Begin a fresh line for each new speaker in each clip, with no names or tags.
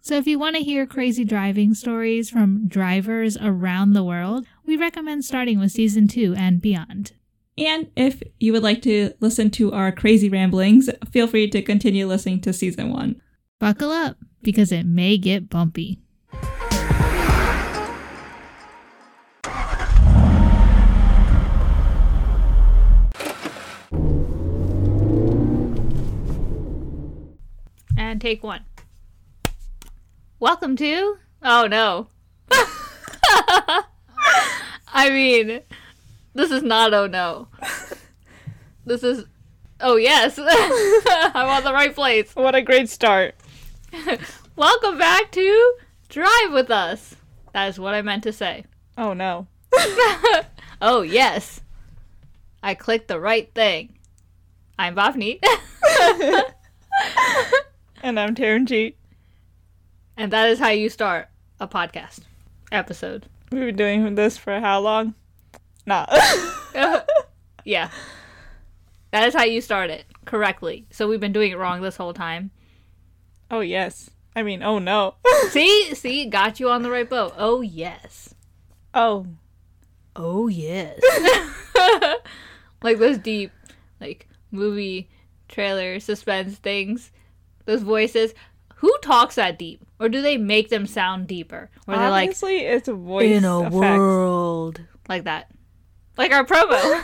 So if you want to hear crazy driving stories from drivers around the world, we recommend starting with season two and beyond.
And if you would like to listen to our crazy ramblings, feel free to continue listening to season one.
Buckle up because it may get bumpy. And take one. Welcome to. Oh no.
I mean, this is not oh no. This is oh yes. I'm on the right place.
What a great start.
Welcome back to Drive with Us. That is what I meant to say.
Oh no.
Oh yes. I clicked the right thing. I'm Bhavni.
And I'm Taranjeet.
and that is how you start a podcast episode.
We've been doing this for how long? Nah.
yeah. That is how you start it correctly. So we've been doing it wrong this whole time.
oh yes. I mean, oh no.
See, see, got you on the right boat. Oh yes.
oh.
oh yes like those deep like movie trailer suspense things those voices who talks that deep or do they make them sound deeper or they're like
Obviously, it's voice effects.
world like that like our promo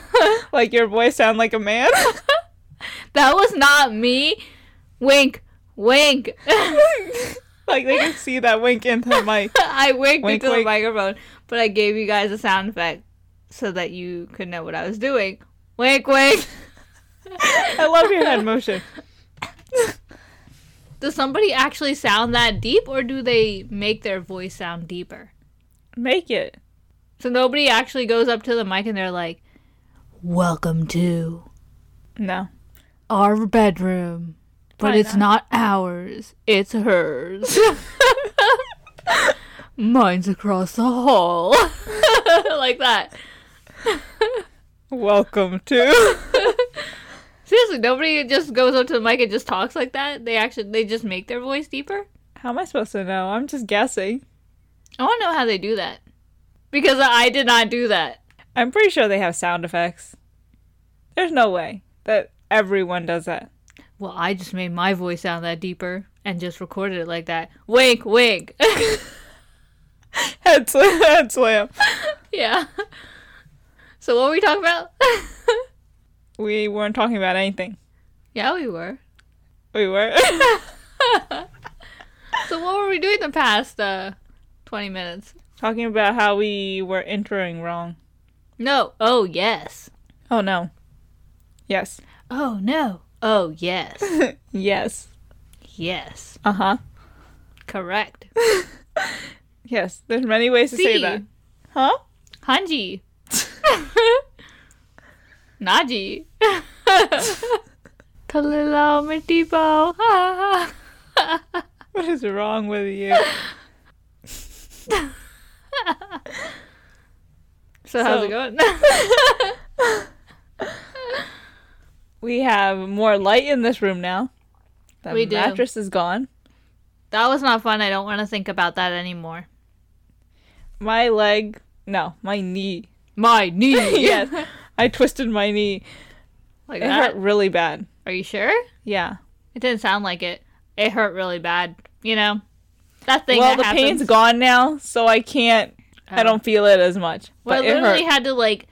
Like your voice sound like a man.
that was not me wink wink
like they can see that wink in the mic.
i winked
Wink,
into the
wink.
microphone but i gave you guys a sound effect so that you could know what i was doing wink wink
I love your head motion.
Does somebody actually sound that deep, or do they make their voice sound deeper?
Make it.
So nobody actually goes up to the mic and they're like, "Welcome to
No.
our bedroom, but
Probably
it's not ours; it's hers. Mine's across the hall, like that."
Welcome to.
Seriously, nobody just goes up to the mic and just talks like that. They actually they just make their voice deeper.
How am I supposed to know? I'm just guessing.
I want to know how they do that because I did not do that.
I'm pretty sure they have sound effects. There's no way that everyone does that.
Well, I just made my voice sound that deeper and just recorded it like that. Wink, wink.
Head slam. Head slam.
yeah. So what were we talking about?
We weren't talking about anything.
yeah, we were.
We were.
So what were we doing the past uh, 20 minutes?
talking about how we were entering wrong.
No. Oh, yes.
Oh no. Yes.
Oh, no. Oh, yes.
Yes.
yes.
Uh huh.
Correct.
Yes. There's many ways to say
See.
that. Huh?
Hanji. Naji. Talila Matibo.
What is wrong with you?
So how's
So-
it going?
We have more light in this room now. The
We do.
mattress is gone.
that was not fun. I don't want to think about that anymore.
My leg. No, my knee.
My knee.
Yes. I twisted my knee.
Like
It
that.
hurt really bad.
Are you sure?
Yeah.
It didn't sound like it. It hurt really bad. You know, that thing.
Well,
that
the
happens. Oh.
pain's gone now, so I can't. I don't feel it as much.
Well,
But
I
it hurt.
literally had to like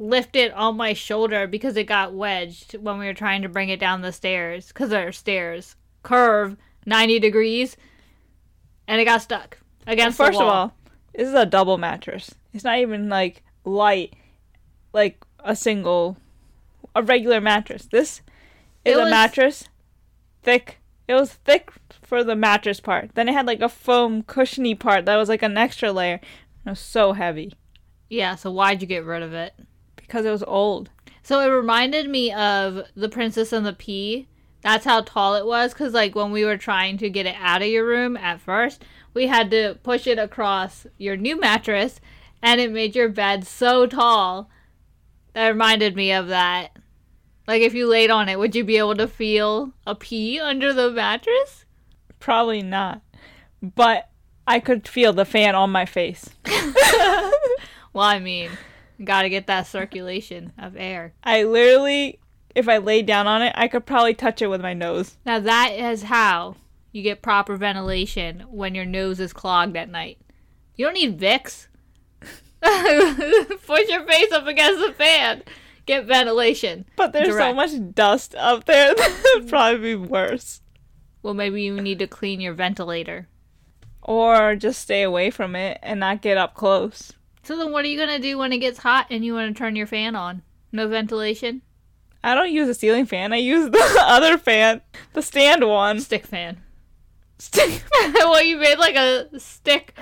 lift it on my shoulder because it got wedged when we were trying to bring it down the stairs because our stairs curve ninety degrees, and it got stuck against.
First
the
of
wall.
all, this is a double mattress. It's not even like light, like a single, a regular mattress. This is
It
a
was-
mattress thick. It was thick for the mattress part. Then it had like a foam cushiony part that was like an extra layer. It was so heavy
Yeah, so why'd you get rid of it?
because it was old.
So it reminded me of The Princess and the Pea. That's how tall it was cuz like when we were trying to get it out of your room at first, we had to push it across your new mattress and it made your bed so tall. That reminded me of that. Like if you laid on it, would you be able to feel a pea under the mattress?
Probably not, but I could feel the fan on my face.
Well, I mean, got to get that circulation of air.
I literally, if I laid down on it, I could probably touch it with my nose.
Now that is how you get proper ventilation when your nose is clogged at night. You don't need Vicks. Push your face up against the fan. Get ventilation.
But there's
Direct.
so much dust up there that would probably be worse.
Well, maybe you need to clean your ventilator.
Or just stay away from it and not get up close.
So then, what are you gonna do when it gets hot and you want to turn your fan on? No ventilation.
I don't use a ceiling fan. I use the other fan, the stand one.
Stick fan.
Stick-
well, you made like a stick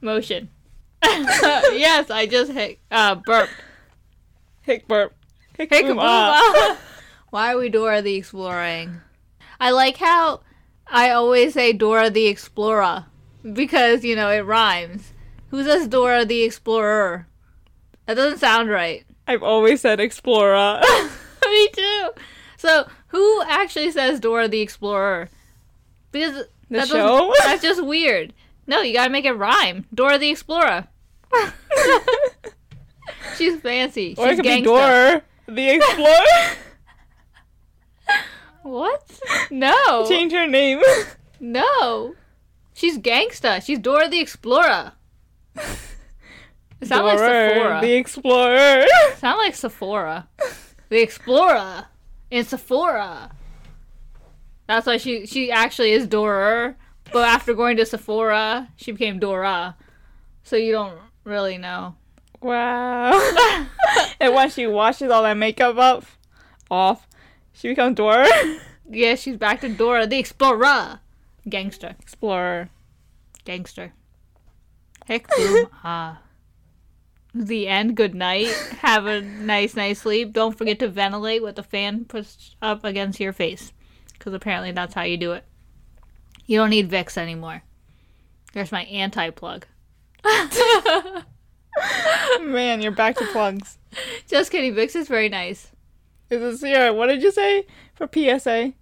motion. yes, I just hit uh, burped.
Hick burp. Hick,
Pick
boom,
a
ah.
boom up. Why are we Dora the Exploring? I like how I always say Dora the Explorer because, you know, it rhymes. Who says Dora the Explorer? That doesn't sound right.
I've always said explorer.
Me too. So, who actually says Dora the Explorer? Because that doesn't-
show?
that's just weird. No, you gotta make it rhyme. Dora the Explorer. She's fancy. She's
or it could be
gangsta.
Dora the explorer.
What? No.
Change her name.
No. She's gangsta. She's Dora the Explorer. It sound like
Dora
Sephora.
the explorer.
Sound like Sephora. the Explorer. In Sephora. That's why she she actually is Dora. But after going to Sephora, she became Dora. So you don't really know.
Wow. and once she washes all that makeup up, off, she becomes Dora
Yeah, she's back to Dora the Explorer. Gangster.
explorer.
Gangster. Heck boom ah. The end. Good night. Have a nice night's sleep. Don't forget to ventilate with the fan pushed up against your face, because apparently that's how you do it. You don't need Vicks anymore. There's my anti plug.
Man, you're back to plugs.
Just kidding. Vicks is very nice.
Is it Sierra? What did you say for PSA?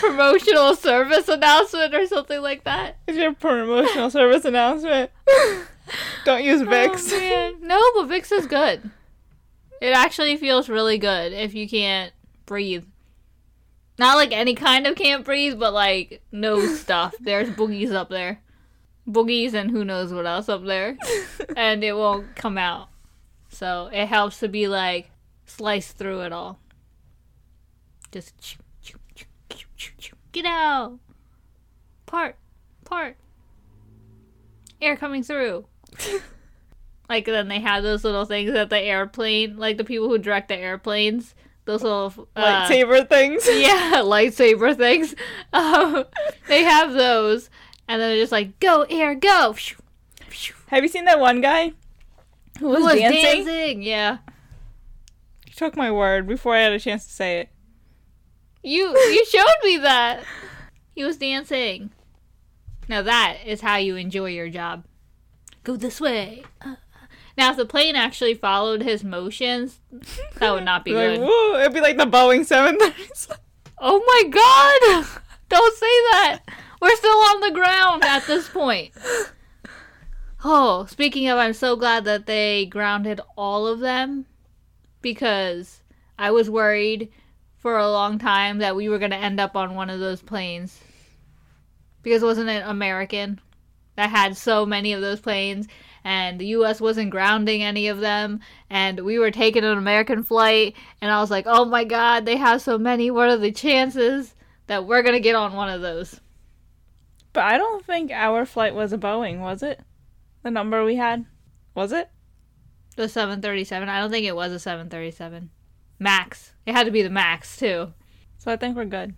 Promotional service announcement or something like that.
It's your promotional service announcement. Don't use Vicks.
Oh, man. No, but Vicks is good. It actually feels really good if you can't breathe. Not like any kind of can't breathe, but like no stuff. There's boogies up there. Boogies and who knows what else up there. and it won't come out. So it helps to be like sliced through it all. Just chew, chew, chew, chew, chew, chew. get out. Part, part. Air coming through. Like then they have those little things that the airplane, like the people who direct the airplanes, those little uh,
Lightsaber things.
yeah, lightsaber things. Um, they have those, and then they're just like, "Go air, go!" Who
Have you seen that one guy who was,
was
dancing?
dancing? Yeah,
You took my word before I had a chance to say it.
you you showed me that he was dancing. Now that is how you enjoy your job. Go this way. Uh, Now, if the plane actually followed his motions, that would not be
like,
good.
woo, it'd be like the Boeing 737.
Oh my god! Don't say that! We're still on the ground at this point. Oh, speaking of, I'm so glad that they grounded all of them because I was worried for a long time that we were going to end up on one of those planes. Because wasn't it American that had so many of those planes and the US wasn't grounding any of them and we were taking an American flight and I was like, "Oh my god, they have so many. What are the chances that we're going to get on one of those?"
But I don't think our flight was a Boeing, was it? The number we had? Was it?
The 737. I don't think it was a 737. Max. It had to be the Max, too.
So I think we're good.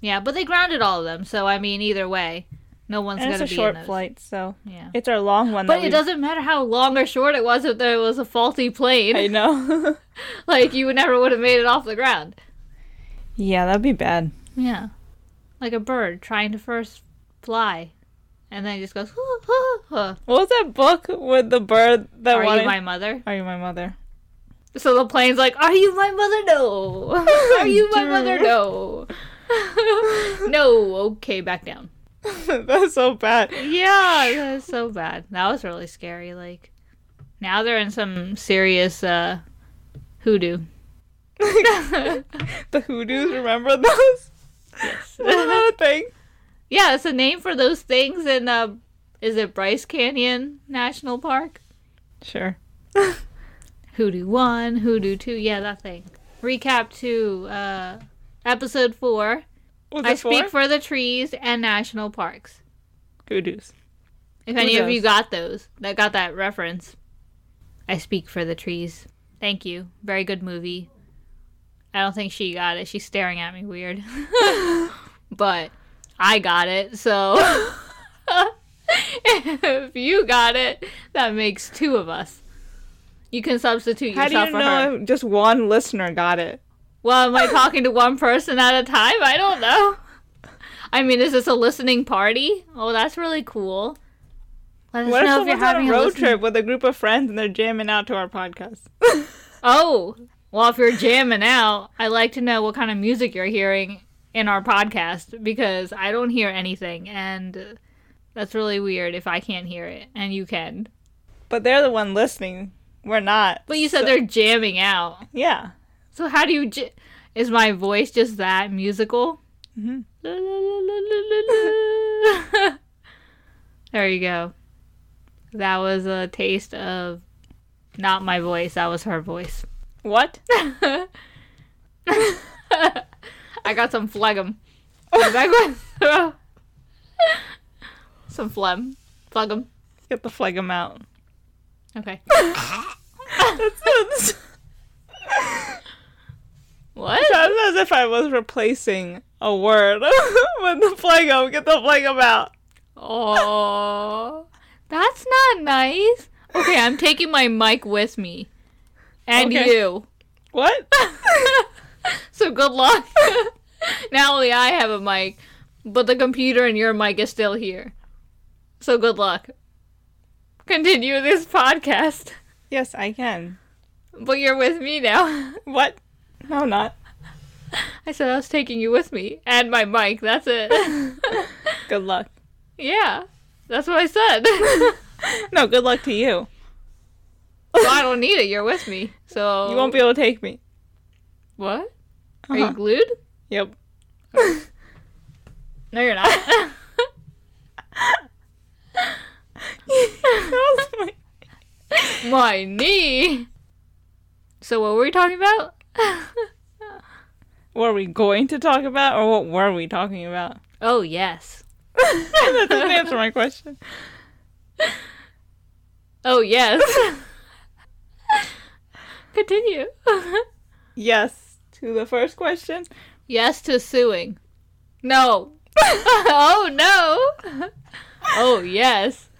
Yeah, but they grounded all of them, so I mean, either way, No one's
and
gonna
it's a
be in
short
those.
flight, so
Yeah.
it's our long one.
But
that
it
we-
doesn't matter how long or short it was if there was a faulty plane.
I know.
Like you never would have made it off the ground.
yeah, that'd be bad.
Yeah. Like a bird trying to first fly. And then it just goes, "Huh, huh, huh."
What was that book with the bird that
Are
wanted?
you my mother?
Are you my mother?
So the plane's like, Are you my mother? No. Are you my mother? No. no. Okay, back down.
That's so bad.
Yeah, that was so bad. That was really scary. Like, now they're in some serious uh, hoodoo.
The hoodoos, remember those? Wasn't that a thing?
Yeah, it's a name for those things in uh is it Bryce Canyon National Park?
Sure.
Hoodoo one, Hoodoo two, yeah, that thing. Recap to uh episode four.
Was
I
it four?
speak for the trees and national parks.
hoodoos.
If
Who
any of you
does?
got those, that got that reference. I speak for the trees. Thank you. Very good movie. I don't think she got it. She's staring at me weird. but I got it, so if you got it, that makes two of us. You can substitute
How do
yourself
you
for her.
know if just one listener got it?
Well, am I talking to one person at a time? I don't know. I mean, is this a listening party? Oh, that's really cool. Let us
What if
know if you're
someone's on
having
a road
listening-
trip with a group of friends and they're jamming out to our podcast?
Oh, well, if you're jamming out, I'd like to know what kind of music you're hearing in our podcast because I don't hear anything, and that's really weird if I can't hear it and you can.
But they're the one listening. We're not.
But you said
So-
they're jamming out.
Yeah.
So how do you? J- is my voice just that musical? La, la, la, la, la, la, la. there you go. That was a taste of not my voice. That was her voice.
What?
I got some phlegm. Is that good? some phlegm. Phlegm.
Get the phlegm out.
Okay.
That sounds,
What?
sounds as if I was replacing a word with the phlegm. Get the phlegm out.
Oh, that's not nice. Okay, I'm taking my mic with me, and
Okay.
you.
What?
So good luck. now only I have a mic, but the computer and your mic is still here. So good luck. Continue this podcast,
yes, I can.
but you're with me now.
What? No, I'm not.
I said I was taking you with me and my mic. That's it.
Good luck.
yeah, that's what I said. so
No, good luck to you.
I don't need it. You're with me, so
You won't be able to take me.
What?
Uh-huh.
Are you glued?
Yep.
No, you're not.
That was my-
My knee. So what were we talking about?
what are we going to talk about, or what were we talking about?
oh yes.
that doesn't answer my question.
Oh yes. Continue.
Yes to the first question.
yes to suing. No. oh no. oh yes.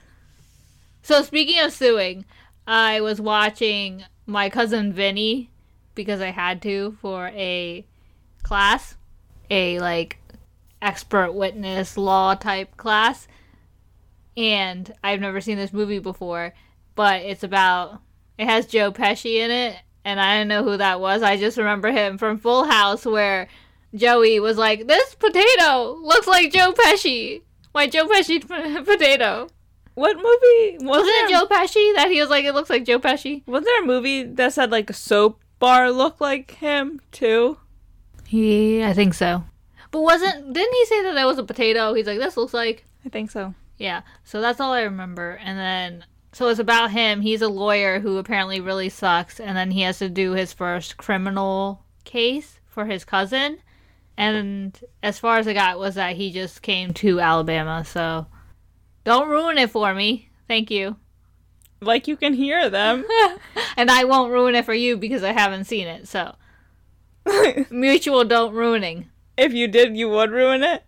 So speaking of suing, I was watching my cousin Vinny because I had to for a class, a like expert witness law type class. And I've never seen this movie before, but it's about it has Joe Pesci in it, and I didn't know who that was. I just remember him from Full House where Joey was like, "This potato looks like Joe Pesci." My Joe Pesci p- potato.
What movie was
Wasn't
there?
it Joe Pesci that he was like, it looks like Joe Pesci?
Was there a movie that said like a soap bar look like him too?
Yeah, I think so. But wasn't didn't he say that that was a potato? He's like, this looks like
I think so.
yeah. So that's all I remember. And then so it's about him. He's a lawyer who apparently really sucks, and then he has to do his first criminal case for his cousin. And as far as I got was that he just came to Alabama. So don't ruin it for me. Thank you.
Like you can hear them.
And I won't ruin it for you because I haven't seen it. So
if
mutual don't ruining.
you did, you would ruin it.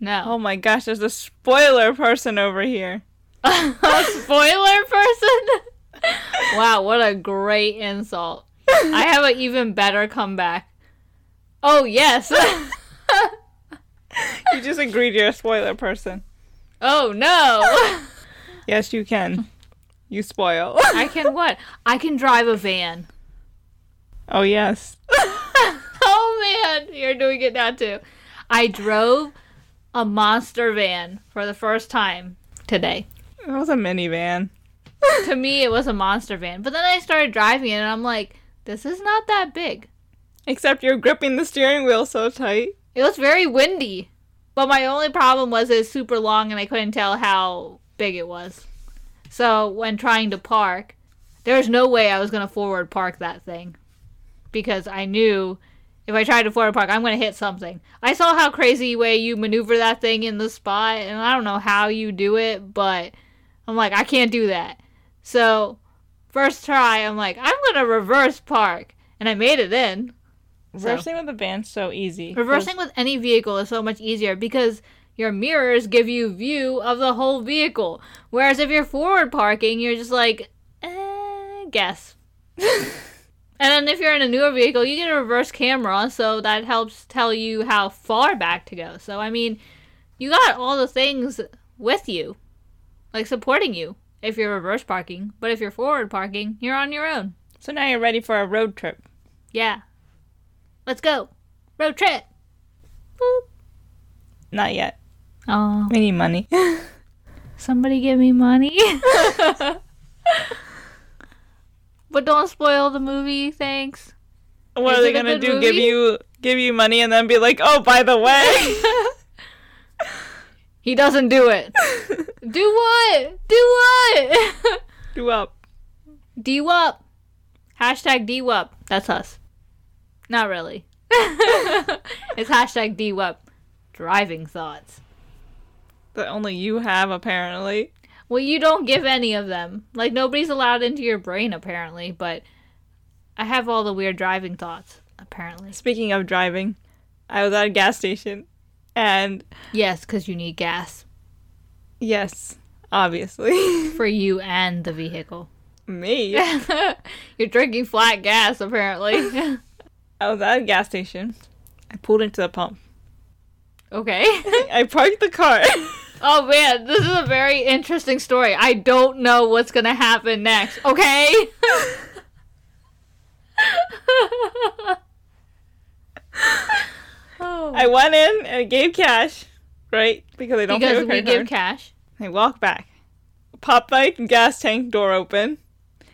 No.
Oh my gosh, there's a spoiler person over here.
a spoiler person? wow, what a great insult. I have an even better comeback. Oh, yes.
You just agreed you're a spoiler person.
oh, no.
Yes, you can. You spoil.
I can what? I can drive a van.
Oh, yes.
Oh, man. You're doing it now, too. I drove a monster van for the first time today.
That was a minivan.
to me it was a monster van but then i started driving it and i'm like this is not that big
Except you're gripping the steering wheel so tight.
it was very windy but my only problem was it's super long and i couldn't tell how big it was so when trying to park there was no way i was going to forward park that thing because i knew if i tried to forward park i'm going to hit something i saw how crazy way you maneuver that thing in the spot and i don't know how you do it but i'm like i can't do that so first try, I'm like, I'm gonna reverse park, and I made it in.
Reversing with a van's so easy.
Reversing with any vehicle is so much easier because your mirrors give you view of the whole vehicle. Whereas if you're forward parking, you're just like, eh, guess. and then if you're in a newer vehicle, you get a reverse camera, so that helps tell you how far back to go. So I mean, you got all the things with you, like supporting you if you're reverse parking. But if you're forward parking, you're on your own.
So now you're ready for a road trip.
Yeah. Let's go. Road trip. Boop.
Not yet.
Oh,
We need money.
somebody give me money. but don't spoil the movie, thanks.
What
Is
are they
it a
gonna
good
do?
movie?
Give you give you money and then be like, oh, by the way,
He doesn't do it. do what? Do what?
do up.
D Wup. Hashtag D Wup. That's us. Not really. it's hashtag D Wup. Driving thoughts.
That only you have apparently.
Well, you don't give any of them. Like nobody's allowed into your brain apparently, but I have all the weird driving thoughts apparently.
Speaking of driving, I was at a gas station, and
Yes, cuz you need gas
yes, obviously,
for you and the vehicle.
me.
You're drinking flat gas apparently.
I was at a gas station. I pulled into the pump.
okay.
I parked the car.
Oh man, this is a very interesting story. I don't know what's gonna happen next, okay? oh.
I went in and I gave cash, right? Because I don't pay
Because
with
we
credit
give
card.
cash.
I walk back. Pop my gas tank door open,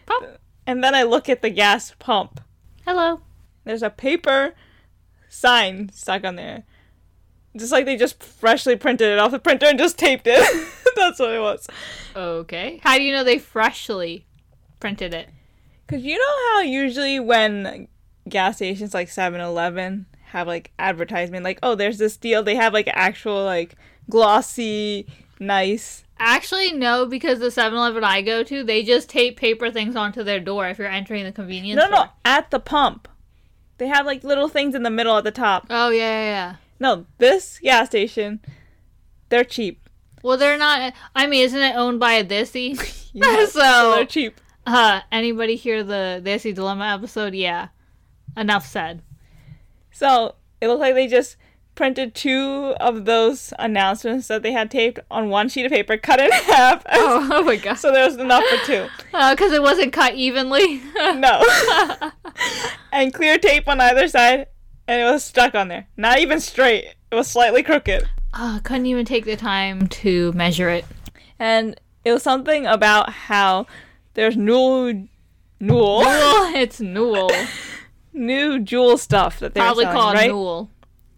Pop.
and then I look at the gas pump.
Hello.
There's a paper sign stuck on there. Just like they just freshly printed it off the printer and just taped it. That's what it was.
Okay. How do you know they freshly printed it?
Because you know how usually when gas stations like 7 Eleven have like advertisement, like, oh, there's this deal, they have like actual, like, glossy, nice.
Actually, no, because the 7 Eleven I go to, they just tape paper things onto their door if you're entering the convenience
No, no,
store.
at the pump. They have like little things in the middle at the top.
Oh, yeah, yeah, yeah.
No, this gas station, they're cheap.
Well, they're not. I mean, isn't it owned by a Dissy?
Yeah,
So-
they're cheap.
Uh, anybody hear the Dissy Dilemma episode? Yeah. Enough said.
So it looked like they just printed two of those announcements that they had taped on one sheet of paper, cut in half.
Oh, oh my gosh.
So there was enough for two.
Because Uh, it wasn't cut evenly.
No. and clear tape on either side, and it was stuck on there. Not even straight. It was slightly crooked.
uh, couldn't even take the time to measure it.
And it was something about how there's new, new,
Newell, it's Newell.
new jewel stuff that they were
Probably
selling,
called Oh,
right?
Newell.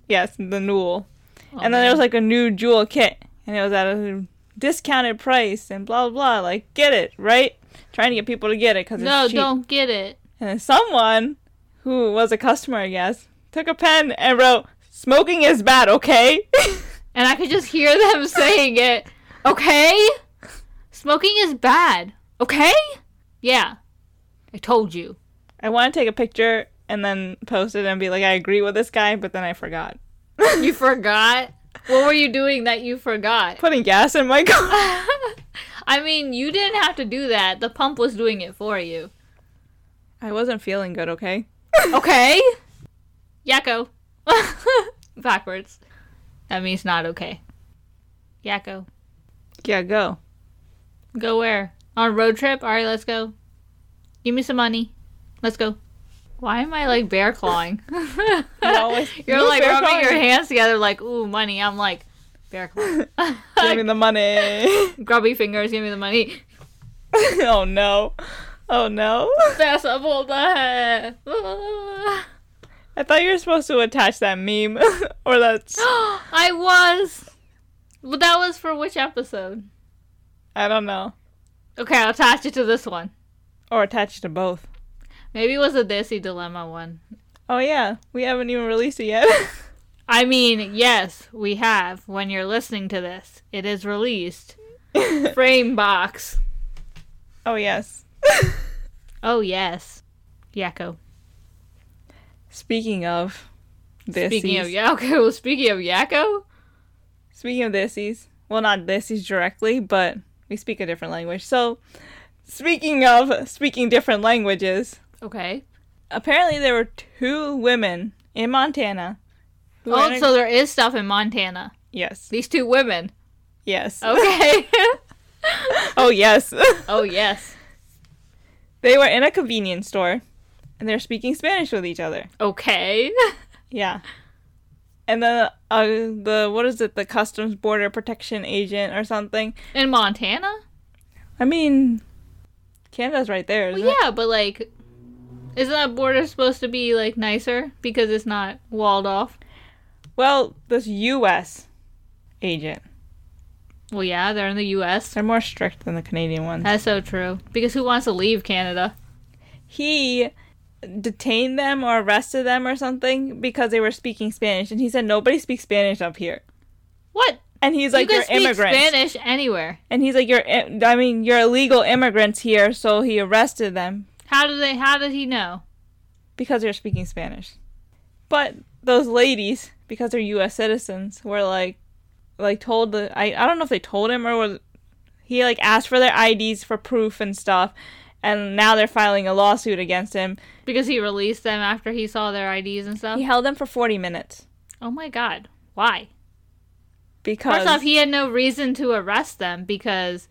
Yes, the Newell. and then there was like a new jewel kit, and it was at a discounted price, and blah blah blah. Like, get it right? Trying to get people to get it because
No,
it's cheap.
don't get it.
And then someone who was a customer, I guess, took a pen and wrote, "Smoking is bad." Okay.
And I could just hear them saying it. Okay? Smoking is bad. Okay? Yeah. I told you.
I want to take a picture and then post it and be like, "I agree with this guy," but then I forgot.
You forgot? What were you doing that you forgot?
Putting gas in my car.
I mean, you didn't have to do that. The pump was doing it for you.
I wasn't feeling good, okay?
Okay. Yakko. Backwards. That means not okay. Yakko.
Yeah, go.
Go where? On a road trip? All right, let's go. Give me some money. Let's go. Why am I like bear clawing?
always-
You're
you're
like
bear
rubbing your
clawing.
hands together, like ooh money. I'm like bear claw.
Give me the money.
Grubby fingers, give me the money.
oh no. Oh no.
Fast up, hold on.
I thought you were supposed to attach that meme or that's
I was. Well, that was for which episode?
I don't know.
Okay, I'll attach it to this one.
Or attach to both.
Maybe it was a Desi Dilemma one.
Oh yeah, we haven't even released it yet.
I mean, yes, we have. When you're listening to this, it is released. Frame box.
oh yes.
Oh, yes. Yakko.
Speaking of this
Speaking of Yakko, speaking of Yakko,
Speaking of thises, well, not thises directly, but we speak a different language. So, speaking of speaking different languages,
okay.
apparently there were two women in Montana. Who
Oh,
enter-
so there is stuff in Montana.
yes,
These two women.
yes. Oh,
Okay.
yes.
oh, yes.
they were in a convenience store, and they're speaking Spanish with each other.
Okay.
Yeah. And then uh, the what is it? The Customs Border Protection agent or something.
In Montana?
I mean, Canada's right there.
Well,
Isn't it?
yeah, but like, isn't that border supposed to be like nicer because it's not walled off?
Well, this U.S. agent.
Well, yeah, they're in the U.S.
They're more strict than the Canadian ones.
That's so true. Because who wants to leave Canada?
He detained them or arrested them or something because they were speaking Spanish, and he said nobody speaks Spanish up here.
What?
And he's like,
you
"You're
can speak
immigrants,"
Spanish anywhere.
and he's like, "You're, i- I mean, you're illegal immigrants here." So he arrested them
How do they? How did he know?
because they're speaking Spanish. But those ladies, because they're U.S. citizens, were like, like told the I I don't know if they told him or was he like asked for their IDs for proof and stuff, and now they're filing a lawsuit against him.
Because he released them after he saw their IDs and stuff.
He held them for forty minutes
Oh my God! Why?
because
First off, he had no reason to arrest them because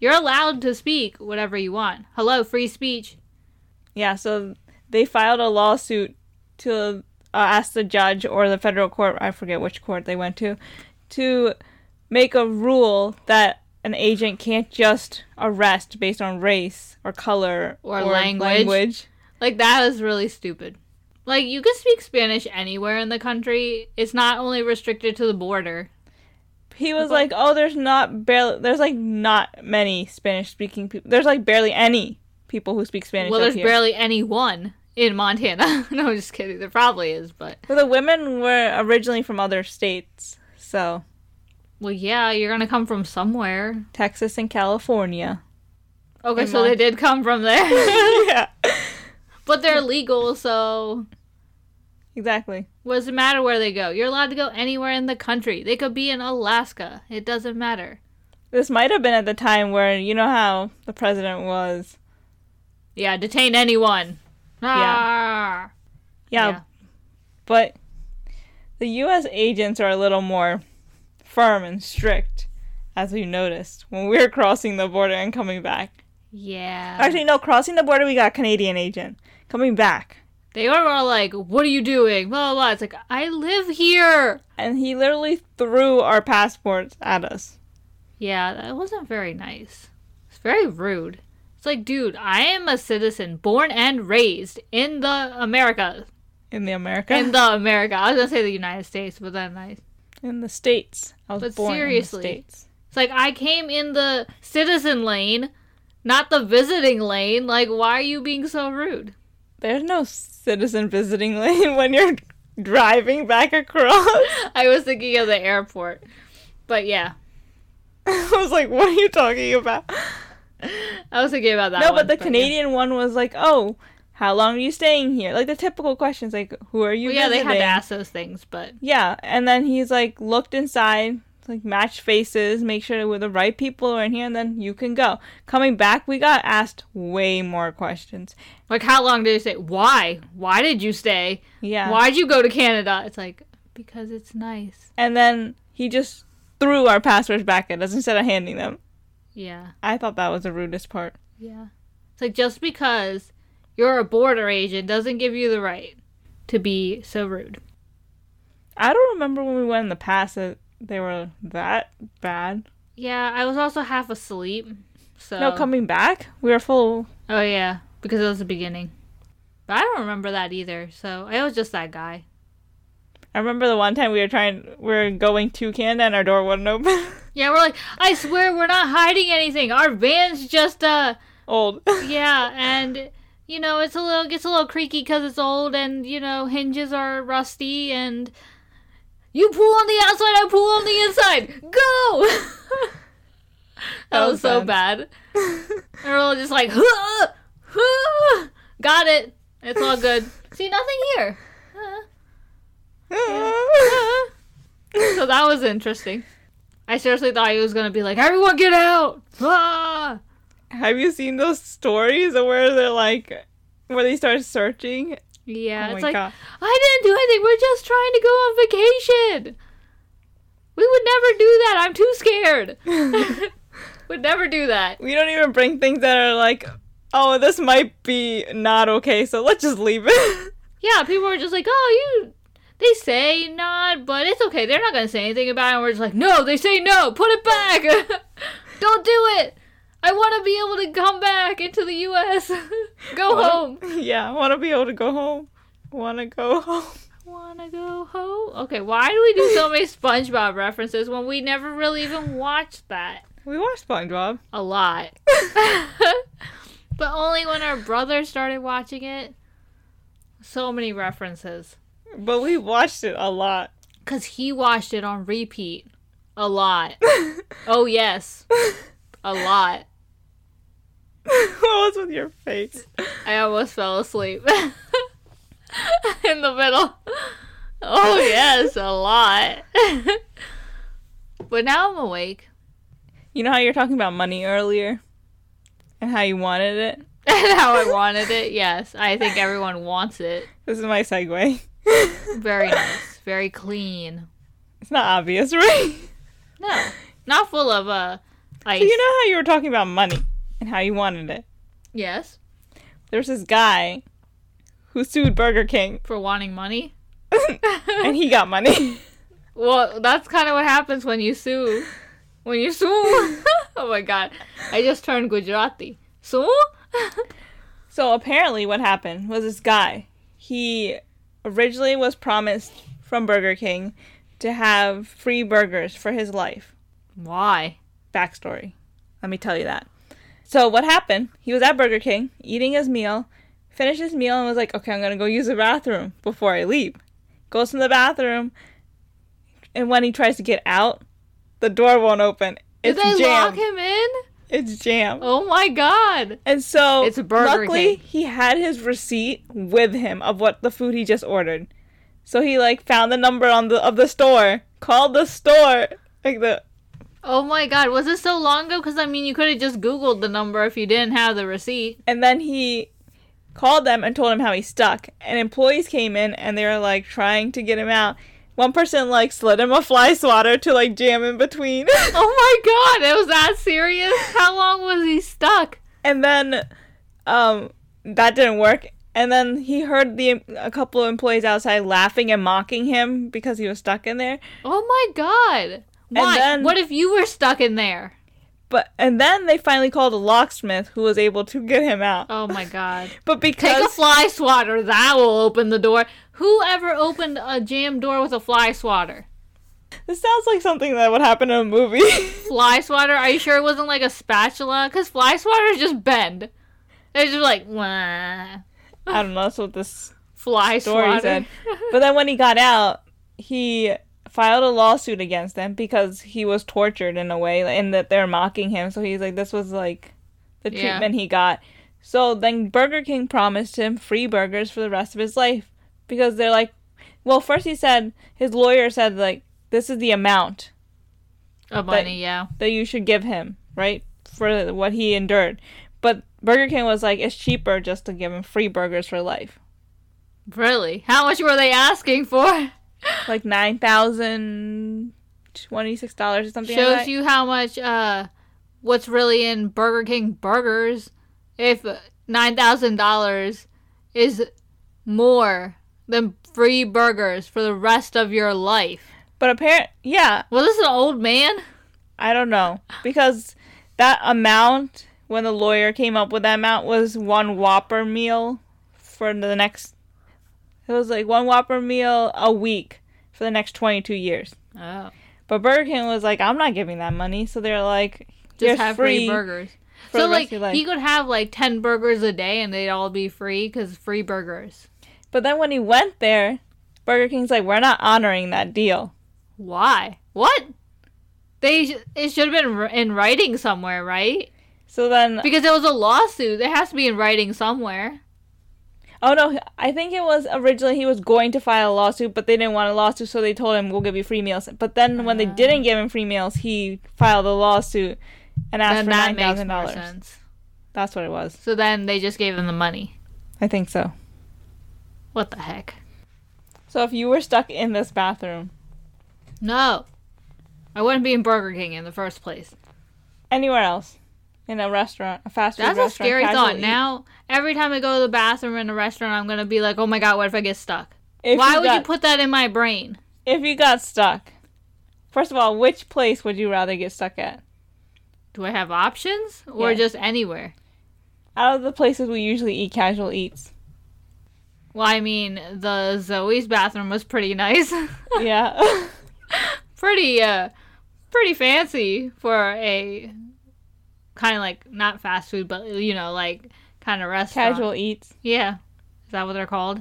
you're allowed to speak whatever you want. Hello, free speech.
yeah, so they filed a lawsuit to uh, ask the judge or the federal court I forget which court they went to to make a rule that an agent can't just arrest based on race or color
Or language. Like that is really stupid. Like you can speak Spanish anywhere in the country. It's not only restricted to the border.
He was like, "Oh, there's not barely there's like not many Spanish speaking people. There's like barely any people who speak Spanish."
Well,
up
there's
here.
barely anyone in Montana. no, I'm just kidding. There probably is, but
Well, the women were originally from other states, so
well, yeah, you're gonna come from somewhere.
Texas and California.
Okay,
In
so they
Mon-
did come from there,
yeah,
but they're legal. So
exactly.
what does it matter where they go? You're allowed to go anywhere in the country. They could be in Alaska. It doesn't matter.
This might have been at the time where you know how the president was.
Yeah, detain anyone. Yeah.
Yeah,
Yeah.
but the U.S. agents are a little more firm and strict, as we noticed when we were crossing the border and coming back.
Yeah.
Actually, no, crossing the border we got a Canadian agent coming back,
They were all like, "What are you doing?" Blah blah. blah. It's like I live here.
and he literally threw our passports at us.
Yeah, that wasn't very nice. It's very rude. It's like, dude, I am a citizen, born and raised in the America,
In the America,
in the America. I was gonna say the United States, but then I.
in the states, I was
But
born
seriously.
in the states.
It's like I came in the citizen lane, not the visiting lane. Like, why are you being so rude?
There's no citizen visiting lane when you're driving back across.
I was thinking of the airport, but yeah,
I was like, what are you talking about?
I was thinking about that.
no,
one,
but the
yeah.
Canadian one was like, oh, How long are you staying here? Like the typical questions, like who are you?
Well, yeah, they had to
visiting?
ask those things, but
Yeah, and then he's like looked inside, like matched faces, make sure that the right people are in here, and then you can go. Coming back, we got asked way more questions.
like, how long did you stay? Why? Why did you stay?
Yeah,
Why'd you go to Canada? It's like because it's nice.
and then he just threw our passwords back at us instead of handing them.
Yeah,
I thought that was the rudest part.
yeah. It's like just because you're a border agent doesn't give you the right to be so rude.
I don't remember when we went in the past that they were that bad.
Yeah, I was also half asleep. So
No, coming back, we were full.
Oh yeah, because it was the beginning. But I don't remember that either. So I was just that guy.
I remember the one time we were trying, we were going to Canada and our door wouldn't open.
Yeah, we're like, I swear we're not hiding anything. Our van's just uh
Old.
yeah, and you know, it's a little gets a little creaky cuz it's old and you know, hinges are rusty and you pull on the outside, I pull on the inside. Go. that,
That
was,
was
so bad. and we're all just like, huh, huh, got it. It's all good. See nothing here. Huh. so that was interesting. I seriously thought he was gonna be like, "Everyone, get out!" Ah!
Have you seen those stories of where they're like, where they start searching?
Yeah,
oh
it's
my
like
god!
I didn't do anything. We're just trying to go on vacation. We would never do that. I'm too scared. would never do that.
We don't even bring things that are like, oh, this might be not okay, so let's just leave it.
Yeah, people are just like, "Oh, you." They say not, but it's okay. They're not gonna say anything about it. And we're just like, "No." They say no. Put it back. Don't do it. I want to be able to come back into the U.S. go
Wanna-
home.
yeah, I want to be able to go home. Want to go home?
Wanna go home? Okay, why do we do so many SpongeBob references when we never really even watched that
We watched SpongeBob.
a lot? but only when our brother started watching it. So many references.
But we watched it a lot.
Because he watched it on repeat. A lot. Oh, yes. A lot.
what was with your face?
I almost fell asleep in the middle. Oh, yes, a lot. but now I'm awake.
You know how you were talking about money earlier? And how you wanted it?
and how I wanted it. Yes, I think everyone wants it.
This is my segue.
Very nice, very clean.
It's not obvious, right?
No, not full of uh ice.
You know how you were talking about money and how you wanted it?
yes,
There's this guy who sued Burger King
for wanting money.
and he got money.
Well, that's kind of what happens when you sue. When you sue. oh my god, I just turned Gujarati. Sue?
so apparently, what happened was this guy, he originally was promised from Burger King to have free burgers for his life.
Why?
backstory. Let me tell you that. So what happened? He was at Burger King eating his meal, finished his meal, and was like, "Okay, I'm gonna go use the bathroom before I leave." Goes to the bathroom, and when he tries to get out, the door won't open.
Did
It's
they lock
jammed.
him in?
It's jammed.
Oh my god.
And so,
It's Burger
luckily,
King.
he had his receipt with him of what the food he just ordered. So he like found the number on the of the store, called the store, like the
Oh my god, was this so long ago? Because I mean, you could have just Googled the number if you didn't have the receipt.
And then he called them and told them how he's stuck. And employees came in and they were like trying to get him out. One person like slid him a fly swatter to like jam in between.
Oh my god, it was that serious? How long was he stuck?
and then um that didn't work. And then he heard the a couple of employees outside laughing and mocking him because he was stuck in there.
Oh my god. Why?
then-
what if you were stuck in there?
But and then they finally called a locksmith who was able to get him out.
Oh my god.
But because
Take a fly swatter, that will open the door. Whoever opened a jam door with a fly swatter?
this sounds like something that would happen in a movie.
Fly swatter? Are you sure it wasn't like a spatula? Because fly swatters just bend. They're just like, Wah.
I don't know. That's what this
fly
story
swatter.
said. But then when he got out, he filed a lawsuit against them because he was tortured in a way and that they're mocking him. So he's like, this was like the
Yeah.
treatment he got. So then Burger King promised him free burgers for the rest of his life because they're like, well, first he said his lawyer said like this is the amount
Of money, Oh, yeah.
that you should give him, right? For what he endured. But Burger King was like, it's cheaper just to give him free burgers for life.
Really? How much were they asking for?
Like nine thousand twenty six dollars or something. like
Shows
that.
you how much uh what's really in Burger King burgers if $9,000 is more than free burgers for the rest of your life.
But apparent yeah,
Well, this is an old man.
I don't know. Because that amount when the lawyer came up with that amount was one Whopper meal for the next it was like one Whopper meal a week for the next twenty two years.
Oh.
But Burger King was like, I'm not giving that money so they're like
Just
"You're
have free, burgers.
for
So
the rest
like
of your life."
he could have like 10 burgers a day and they'd all be free cuz free burgers.
But then when he went there, Burger King's like, we're not honoring that deal.
Why? What? They sh- it should have been r- in writing somewhere, right?
So then,
Because it was a lawsuit. There has to be in writing somewhere.
oh no, I think it was originally he was going to file a lawsuit, but they didn't want a lawsuit, so they told him, we'll give you free meals. But then when they
Ah.
didn't give him free meals, he filed a lawsuit and asked
Then that
for
makes more
$9,000.
sense.
That's what it was.
So then they just gave him the money.
I think so.
What the heck?
So if you were stuck in this bathroom,
No. I wouldn't be in Burger King in the first place.
anywhere else, in a restaurant, a fast food
That's a
restaurant,
scary
casual
thought.
eat-
Now, every time I go to the bathroom in a restaurant, I'm going to be like, oh my God, what if I get stuck?
if
Why would
got,
you put that in my brain?
If you got stuck, first of all, which place would you rather get stuck at?
Do I have options? Or
Yeah.
just anywhere?
out of the places we usually eat casual eats.
Well, I mean, the Zoe's bathroom was pretty nice.
Yeah.
pretty, uh, pretty fancy for a kind of like, not fast food, but, you know, like kind of restaurant.
casual eats.
Yeah. Is that what they're called?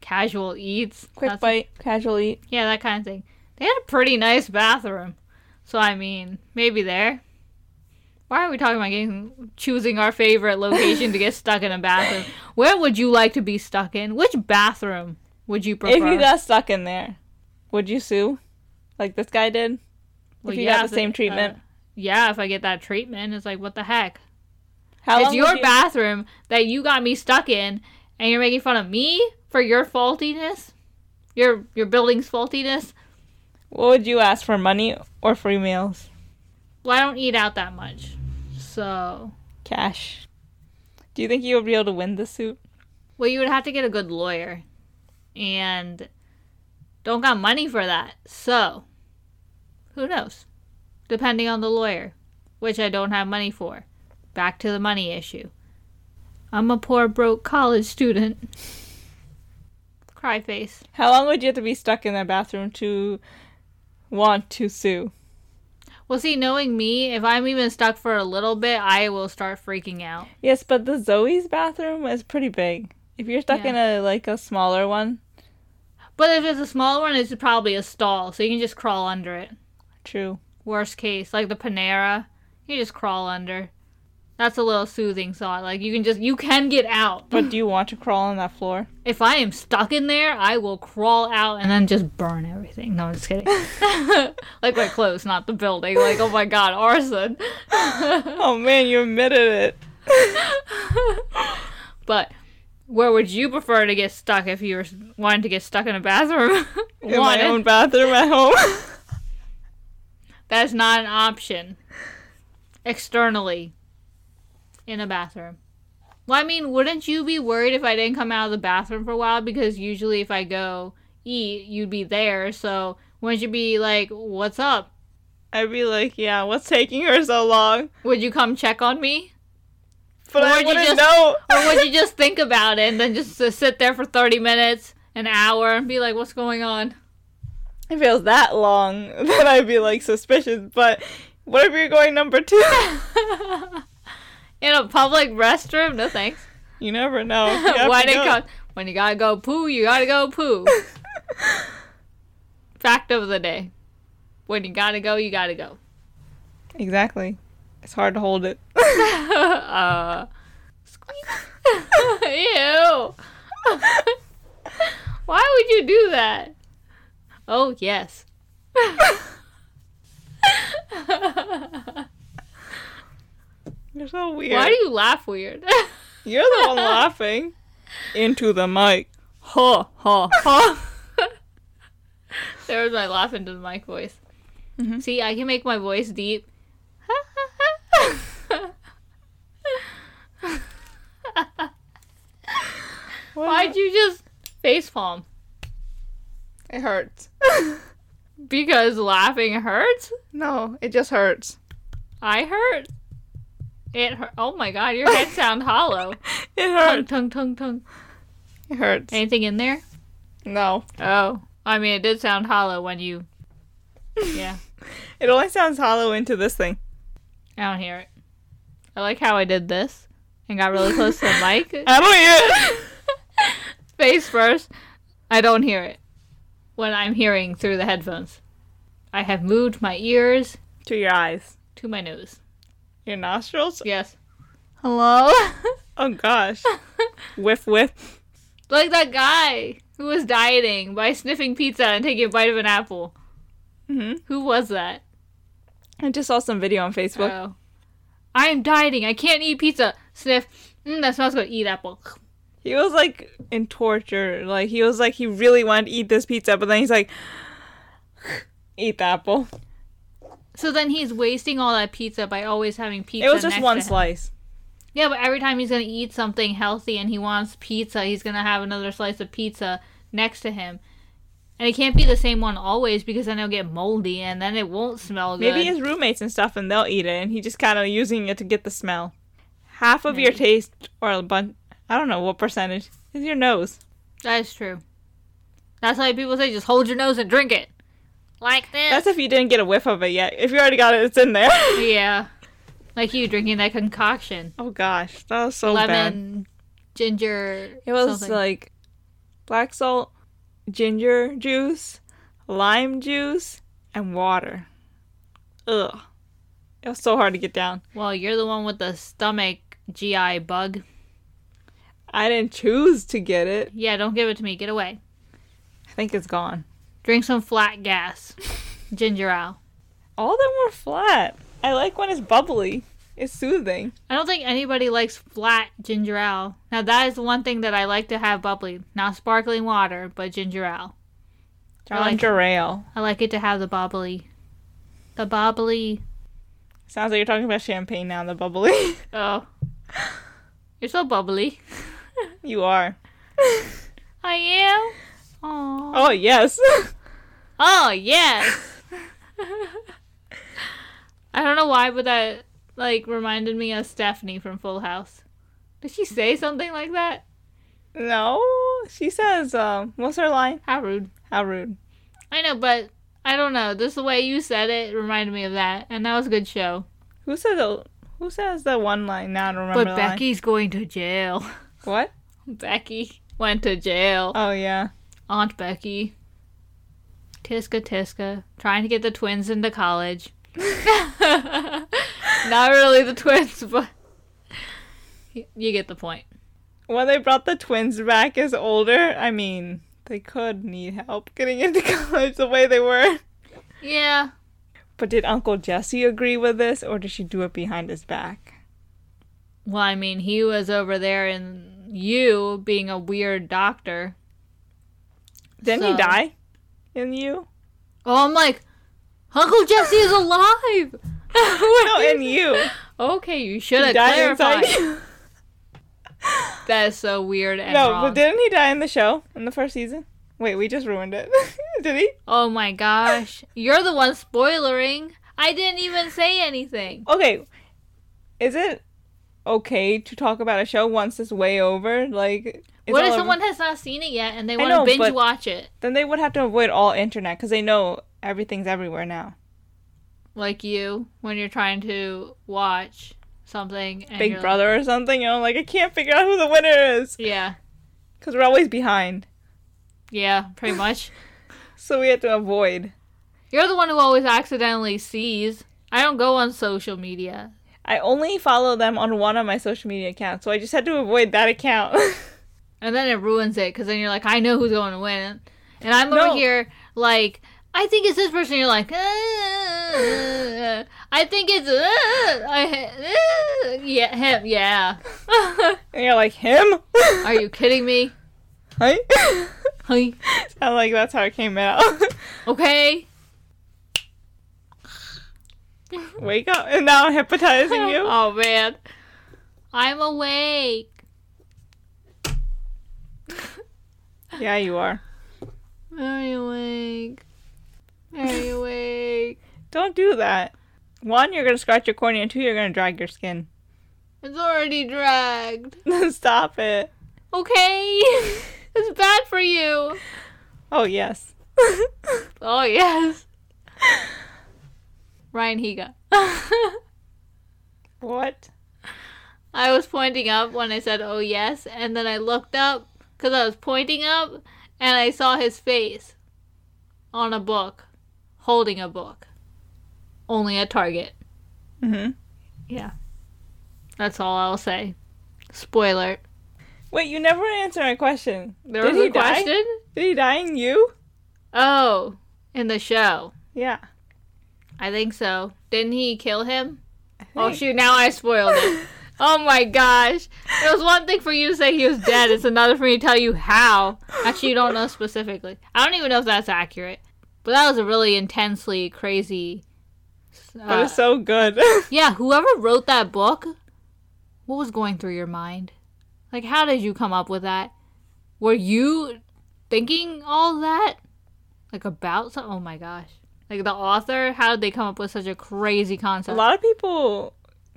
Casual eats.
Quick
That's-
bite, casual eat.
Yeah, that kind of thing. They had a pretty nice bathroom. So, I mean, maybe there. Why are we talking about getting, choosing our favorite location to get stuck in a bathroom? Where would you like to be stuck in? Which bathroom would you prefer?
If you got stuck in there, would you sue? Like this guy did?
Well,
if you got
yeah,
the same
uh,
treatment.
yeah, if I get that treatment, it's like, what the heck?
How
it's
long would
your
you-
bathroom that you got me stuck in, and you're making fun of me for your faultiness, your your building's faultiness.
What would you ask for money or free meals?
Well, I don't eat out that much, so
Cash. Do you think you would be able to win the suit?
well, you would have to get a good lawyer, and don't got money for that. So, who knows? Depending on the lawyer, which I don't have money for. Back to the money issue. I'm a poor broke college student. Cry face.
How long would you have to be stuck in that bathroom to want to sue?
Well, see, knowing me, if I'm even stuck for a little bit, I will start freaking out.
Yes, but the Zoe's bathroom is pretty big. If you're stuck
Yeah.
in a like a smaller one,
But if it's a small one, it's probably a stall, so you can just crawl under it.
true.
Worst case, like the Panera, you just crawl under. That's a little soothing thought. Like you can just you can get out.
But do you want to crawl on that floor?
If I am stuck in there, I will crawl out and then just burn everything. No, I'm just kidding. like my clothes, not the building. Like oh my god, arson.
Oh man, you admitted it.
But where would you prefer to get stuck if you were wanting to get stuck in a bathroom?
in my
Wanted.
own bathroom at home.
That's not an option. Externally. In a bathroom. Well, I mean, wouldn't you be worried if I didn't come out of the bathroom for a while? Because usually if I go eat, you'd be there. So wouldn't you be like, what's up?
I'd be like, yeah, what's taking her so long?
Would you come check on me?
But
Or
I
you
wouldn't
just-
know.
Or would you just think about it and then just uh, sit there for 30 minutes, an hour, and be like, what's going on?
If it was that long, then I'd be like suspicious. But what if you're going number two?
In a public restroom? No thanks.
you never know. You have
when
to
it
go.
comes, when you gotta go poo, you gotta go poo. Fact of the day: when you gotta go, you gotta go.
Exactly. It's hard to hold it.
uh, Squeak. Ew. Why would you do that? Oh, yes.
You're so weird.
Why do you laugh weird?
You're the one laughing into the mic.
ha, ha, ha. there was my laugh into the mic voice. See, I can make my voice deep.
What is
Why'd you just face palm?
it? It hurts.
Because laughing hurts?
No, it just hurts.
I hurt. It hurt. Oh my god, your head sound hollow.
It
Tongue,
hurts.
tongue, tongue, tongue.
It hurts.
Anything in there?
No.
Oh. I mean, it did sound hollow when you. Yeah.
It only sounds hollow into this thing.
I don't hear it. I like how I did this and got really close to the mic.
I don't hear it.
Face first. I don't hear it when I'm hearing through the headphones. I have moved my ears
to your eyes.
to my nose.
Your nostrils?
Yes.
Hello? oh gosh. whiff whiff.
Like that guy who was dieting by sniffing pizza and taking a bite of an apple.
Mhm.
Who was that?
I just saw some video on Facebook.
Oh. I am dieting. I can't eat pizza. Sniff. Mm, that smells good. Eat apple.
He was like in torture. Like he was like he really wanted to eat this pizza, but then he's like eat the apple.
So then he's wasting all that pizza by always having pizza.
it was just
next
one
to-
slice.
Yeah, but every time he's gonna eat something healthy and he wants pizza, he's gonna have another slice of pizza next to him. And it can't be the same one always because then it'll get moldy and then it won't smell good.
Maybe his roommates and stuff and they'll eat it and he just kind of using it to get the smell. Half of your
Maybe.
taste or a bunch I don't know what percentage is your nose.
that is true. That's why people say just hold your nose and drink it. Like this.
That's if you didn't get a whiff of it yet. If you already got it, it's in there.
yeah. Like you drinking that concoction.
oh gosh, that was so bad.
lemon, ginger.
It was
something.
like black salt, ginger juice, lime juice, and water. Ugh. It was so hard to get down.
well, you're the one with the stomach GI bug.
I didn't choose to get it.
Yeah, don't give it to me. Get away.
I think it's gone.
Drink some flat gas, ginger ale.
All of them were flat. I like when it's bubbly. It's soothing.
I don't think anybody likes flat ginger ale. Now that is one thing that I like to have bubbly, not sparkling water, but ginger ale. I
John
like-
Jarrell.
I like it to have the bubbly, the bubbly.
Sounds like you're talking about champagne now, the bubbly.
Oh, you're so bubbly.
you are.
I am. Oh.
Oh, yes.
Oh yes. I don't know why, but that like reminded me of Stephanie from Full House. Did she say something like that?
no. She says, um, what's her line?
How rude.
How rude.
I know, but I don't know. Just the way you said it reminded me of that, and that was a good show.
Who said the who says the one line now? I don't remember
but
the line.
Becky's going to jail.
What?
Becky went to jail.
Oh yeah.
Aunt Becky. Tiska Tiska. Trying to get the twins into college. Not really the twins, but y- you get the point.
When they brought the twins back as older, I mean, they could need help getting into college the way they were.
Yeah.
But did Uncle Jesse agree with this, or did she do it behind his back?
Well, I mean, he was over there and you being a weird doctor.
Didn't
So-
he die? In you?
Oh, I'm like, Uncle Jesse is alive!
No, in you.
okay, you should
He
have
died
clarified.
inside you.
That is so weird and
No,
wrong.
but didn't he die in the show in the first season? Wait, we just ruined it. did he?
oh my gosh. You're the one spoilering. I didn't even say anything.
Okay, is it okay to talk about a show once it's way over? Like, it's
what if
all over?
someone has not seen it yet and they want
know,
to binge
but-
watch it
Then they would have to avoid all internet because they know everything's everywhere now.
like you when you're trying to watch something and
Big
you're
Brother or something. You know, like I can't figure out who the winner is
like, yeah
because we're always behind,
yeah pretty much
so we have to avoid.
you're the one who always accidentally sees i don't go on social media
I only follow them on one of my social media accounts, so I just had to avoid that account.
And then it ruins it because then you're like, I know who's going to win. And I'm over
No.
here like, I think it's this person. You're like, "Uh, I think it's uh, I, uh, yeah, him. Yeah.
and you're like, him?
Are you kidding me?
Hi?
Hi.
I'm like, that's how it came out.
Okay.
Wake up. And now I'm hypnotizing you.
Oh man, I'm awake.
Yeah, you are.
Are you awake? Are you awake?
Don't do that. One, you're going to scratch your cornea. and Two, you're going to drag your skin.
It's already dragged.
Stop it.
Okay. it's bad for you.
Oh, yes.
Oh yes. Ryan Higa.
What?
I was pointing up when I said oh yes, and then I looked up because I was pointing up and I saw his face on a book, holding a book. Only at Target.
hmm
Yeah. That's all I'll say. Spoiler.
Wait, you never answer my question.
There
Did
was
he
a question?
Die? Did he die in you?
Oh, in the show.
Yeah.
I think so. Didn't he kill him? Oh
think.
shoot, now I spoiled it. oh my gosh. It was one thing for you to say he was dead, it's another for me to tell you how. Actually you don't know specifically. I don't even know if that's accurate. But that was a really intensely crazy
But
uh,
it's so good.
Yeah, whoever wrote that book, what was going through your mind? Like, how did you come up with that? Were you thinking all that? Like, about some? Oh my gosh. Like, the author, how did they come up with such a crazy
a
concept?
lot of people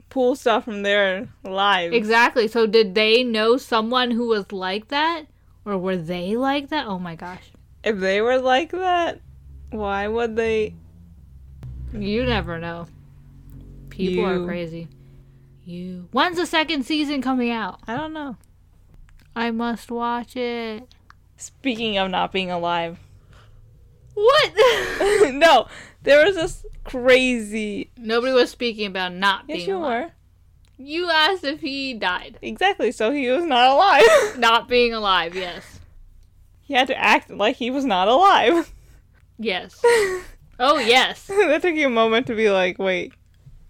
pull stuff from their lives.
exactly. So, did they know someone who was like that? Or were they like that? Oh my gosh.
If they were like that, why would they?
You never know. People are
You.
crazy. You. When's the second season coming out?
I don't know.
I must watch it.
Speaking of not being alive,
What?
no, there was this crazy.
Nobody was speaking about not
Yes,
being
you
alive.
were
You asked if he died.
exactly. So he was not alive.
Not being alive, yes.
he had to act like he was not alive.
Yes. Oh, yes.
that took you a moment to be like, wait,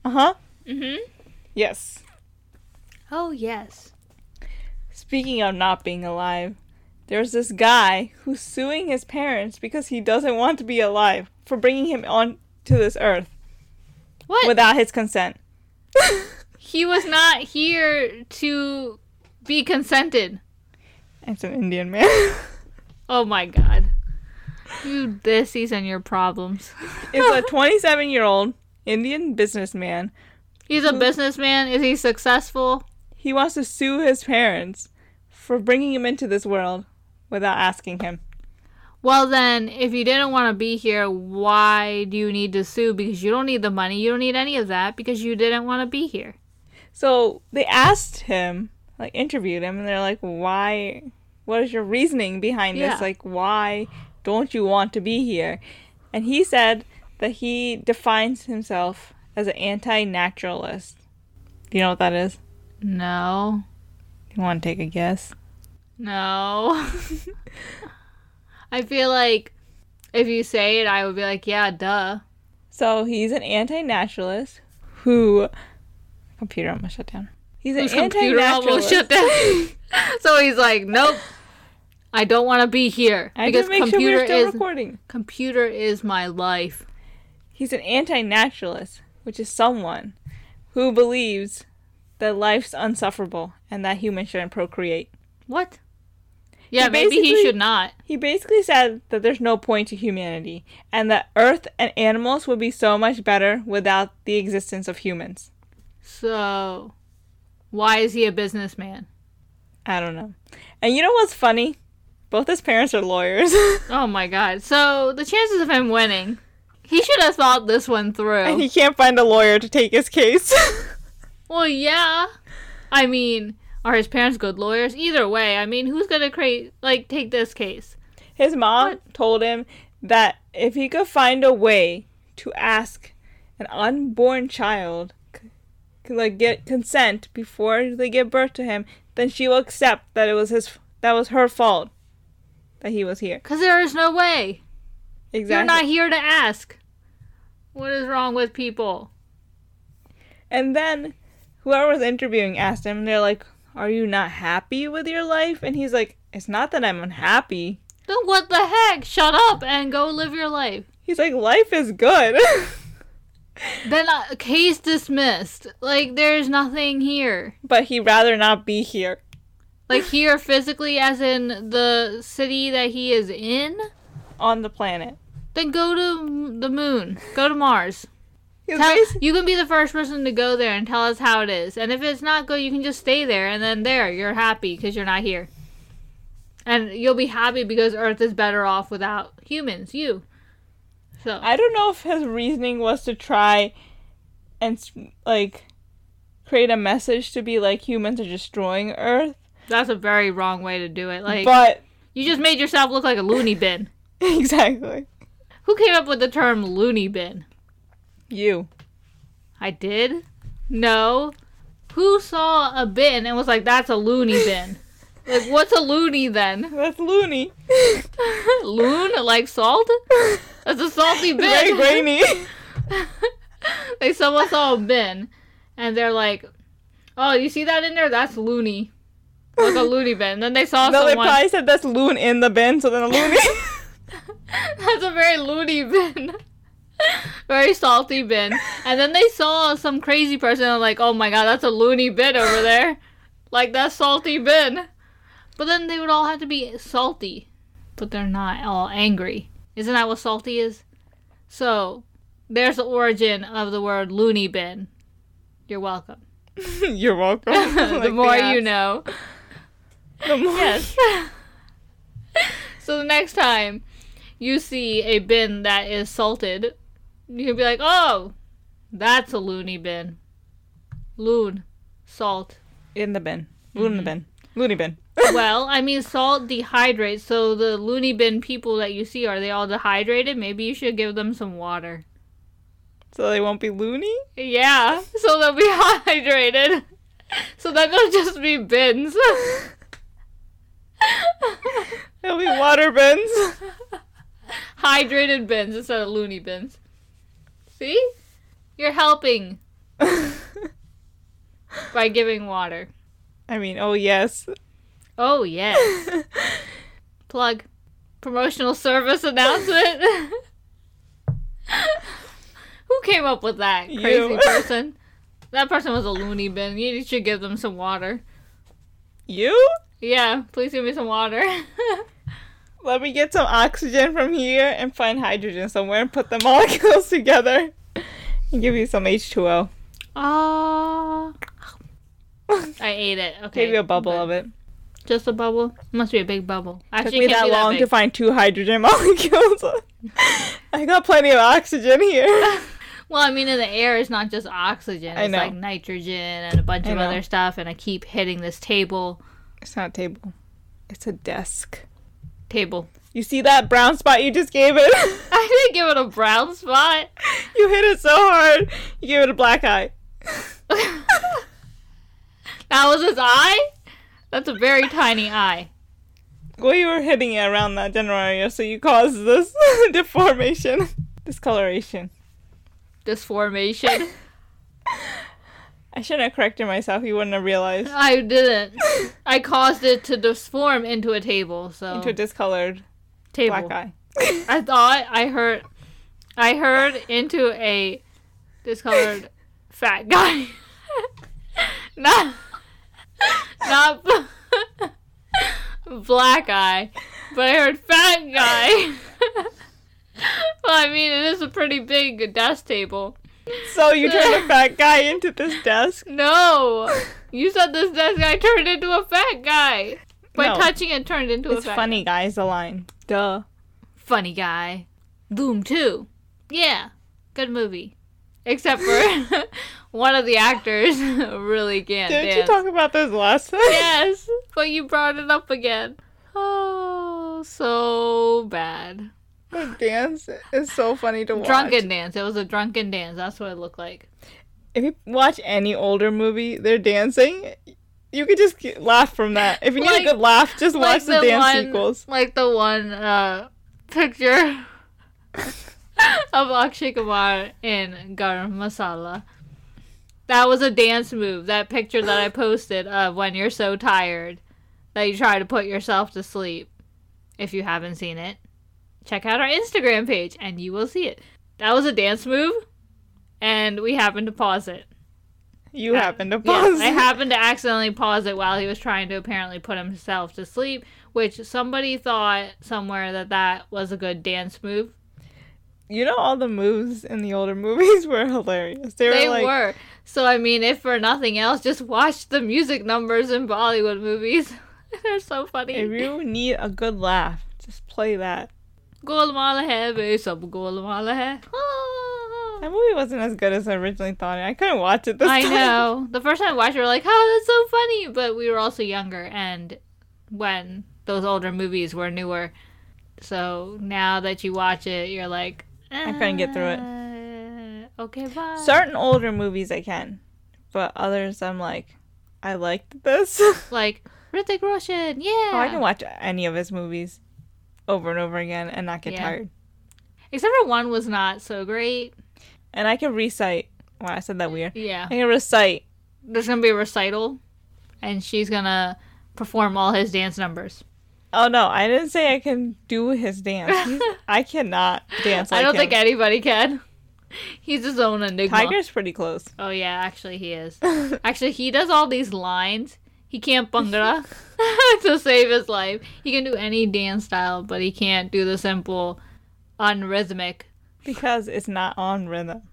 uh huh,
Mm-hmm.
yes.
Oh, yes.
Speaking of not being alive, there's this guy who's suing his parents because he doesn't want to be alive for bringing him on to this earth
What?
without his consent.
he was not here to be consented.
It's an Indian man.
Oh, my God. You, this season, your problems.
it's a 27 year old Indian businessman.
He's
Mm.
a businessman. Is he successful?
He wants to sue his parents for bringing him into this world without asking him.
Well, then, if you didn't want to be here, why do you need to sue? Because you don't need the money. You don't need any of that because you didn't want to be here.
So they asked him, like interviewed him, and they're like, "Why? What is your reasoning behind
Yeah.
this? Like, why don't you want to be here?" And he said that he defines himself as an anti-naturalist. Do you know what that is?
No.
You want to take a guess?
No. I feel like if you say it, I would be like, yeah, duh.
So he's an anti-naturalist who computer almost shut down. He's an
His computer
anti-naturalist.
almost shut down. so he's like, nope, I don't want to be here
I
because
just make sure
computer
we're still
is
recording.
computer is my life.
He's an anti naturalist, which is someone who believes that life's unsufferable and that humans shouldn't procreate.
What? Yeah,
He
maybe he
basically-
should not.
He basically said that there's no point to humanity and that Earth and animals would be so much better without the existence of humans.
So, why is he a businessman?
I don't know. And you know what's funny? Both his parents are lawyers.
Oh my god. So the chances of him winning, he should have thought this one through.
and he can't find a lawyer to take his case.
Well, yeah. I mean, are his parents good lawyers? Either way, I mean, who's gonna create like take this case?
his mom told him that if he could find a way to ask an unborn child c- like get consent before they give birth to him, then she will accept that it was his that was her fault that he was here.
Because there is no way.
Exactly.
You're not here to ask. What is wrong with people?
And then whoever was interviewing asked him, they're like, Are you not happy with your life? And he's like, It's not that I'm unhappy.
Then what the heck? Shut up and go live your life.
He's like, Life is good.
Then uh, case dismissed. Like there's nothing here.
but he'd rather not be here.
Like here physically, as in the city that he is in.
On the planet.
Then go to m- the moon. Go to Mars.
He's
Tell,
basi-
you can be the first person to go there and tell us how it is. And if it's not good, you can just stay there. And then there, you're happy because you're not here. And you'll be happy because Earth is better off without humans. You. So
I don't know if his reasoning was to try and s- like create a message to be like humans are destroying Earth,
that's a very wrong way to do it. Like
but
you just made yourself look like a loony bin.
exactly
Who came up with the term loony bin?
you.
I did? No. Who saw a bin and was like, that's a loony bin? like, what's a loony then?
That's loony.
Loon? Like salt? That's a salty bin.
Very grainy.
like, someone saw a bin and they're like, oh, you see that in there? That's loony. Like a loony bin. Then they saw
no, they
someone.
probably said that's loon in the bin, so then a loony.
That's a very loony bin. very salty bin. And then they saw some crazy person and like, oh my god, that's a loony bin over there. Like that's salty bin. But then they would all have to be salty. But they're not all angry. Isn't that what salty is? So there's the origin of the word loony bin. You're welcome.
You're welcome.
the
Like,
more
yeah.
you know.
The more-
So the next time you see a bin that is salted, you can be like, "Oh, that's a loony bin. Loon, salt."
In the bin. Loon in
Mm-hmm.
the bin. Loony bin.
well, I mean, salt dehydrates. So the loony bin people that you see are they all dehydrated? Maybe you should give them some water.
So they won't be loony?
Yeah, so they'll be hydrated. So then they'll just be bins.
They'll be water bins.
hydrated bins instead of loony bins. See? You're helping by giving water.
I mean, oh yes.
Oh, yes. Plug. Promotional service announcement. Who came up with that crazy
You.
person? That person was a loony bin. You should give them some water.
You?
Yeah, please give me some water.
Let me get some oxygen from here and find hydrogen somewhere and put the molecules together and give you some H2O.
Ah. I ate it. Okay.
Give you a bubble
but-
of it.
Just a bubble? Must be a big bubble.
Took
Actually,
me
it can't
that
be
long
that
to
big.
find two hydrogen molecules. I got plenty of oxygen here.
Well, I mean, in the air, it's not just oxygen. It's
I know.
like nitrogen and a bunch
I
of
know.
other stuff. And I keep hitting this table.
It's not a table. It's a desk.
Table.
You see that brown spot you just gave it?
I didn't give it a brown spot.
you hit it so hard, you gave it a black eye.
That was his eye? That's a very tiny eye.
Well, you were hitting it around that general area, so you caused this deformation, discoloration.
This formation.
I shouldn't have corrected myself. You wouldn't have realized.
I didn't. I caused it to disform into a table. So,
Into a discolored
table.
black eye.
I thought I heard. I heard into a discolored fat guy. not not b- black eye, but I heard fat guy. well, I mean, it is a pretty big desk table.
So you turned a fat guy into this desk.
No, you said this desk guy turned into a fat guy by
No.
touching it turned into a
It's
fat
funny, guys. The line. Duh.
funny guy. Boom 2. Yeah, good movie. Except for one of the actors really can't
Didn't you
dance.
talk about this last time?
yes, but you brought it up again. Oh, so bad.
The dance is so funny to watch.
Drunken dance. It was a drunken dance. That's what it looked like.
if you watch any older movie, they're dancing. You could just get- laugh from that. If you need
Like-
a good laugh, just watch the, dance
one,
sequels.
Like the one uh, picture of Akshay Kumar in Garam Masala. That was a dance move. That picture that I posted of when you're so tired that you try to put yourself to sleep. If you haven't seen it, check out our Instagram page and you will see it. That was a dance move, and we happened to pause it.
You
Yeah.
happen to
Yes,
pause.
I happened to accidentally pause it while he was trying to apparently put himself to sleep, which somebody thought somewhere that that was a good dance move.
You know, all the moves in the older movies were hilarious. They were
They
like,
were. So, I mean, if for nothing else, just watch the music numbers in Bollywood movies. They're so
if
funny.
you need a good laugh, just play that.
Golmala hai, bhai, sab golmala hai. Ah.
That movie wasn't as good as I originally thought. I couldn't watch it this
I
time.
know. The first time I watched it, we were like, oh, that's so funny. But we were also younger, and when those older movies were newer. So now that you watch it, you're like,
I couldn't get through it.
it. Okay, bye.
Certain older movies I can, but others I'm like, I liked this.
Like, Hrithik Roshan, yeah.
Oh, I can watch any of his movies over and over again and not get
Yeah.
tired.
Except for one was not so great.
And I can recite. Wow, I said that weird.
Yeah.
I can recite.
There's going to be a recital, and she's going to perform all his dance numbers.
Oh no, I didn't say I can do his dance. He's- I cannot dance. Like
I don't
him.
think anybody can. He's his own enigma.
Tiger's pretty close.
Oh yeah, actually he is. actually, he does all these lines. He can't bhangra to save his life. He can do any dance style, but he can't do the simple, unrhythmic.
Because it's not on rhythm.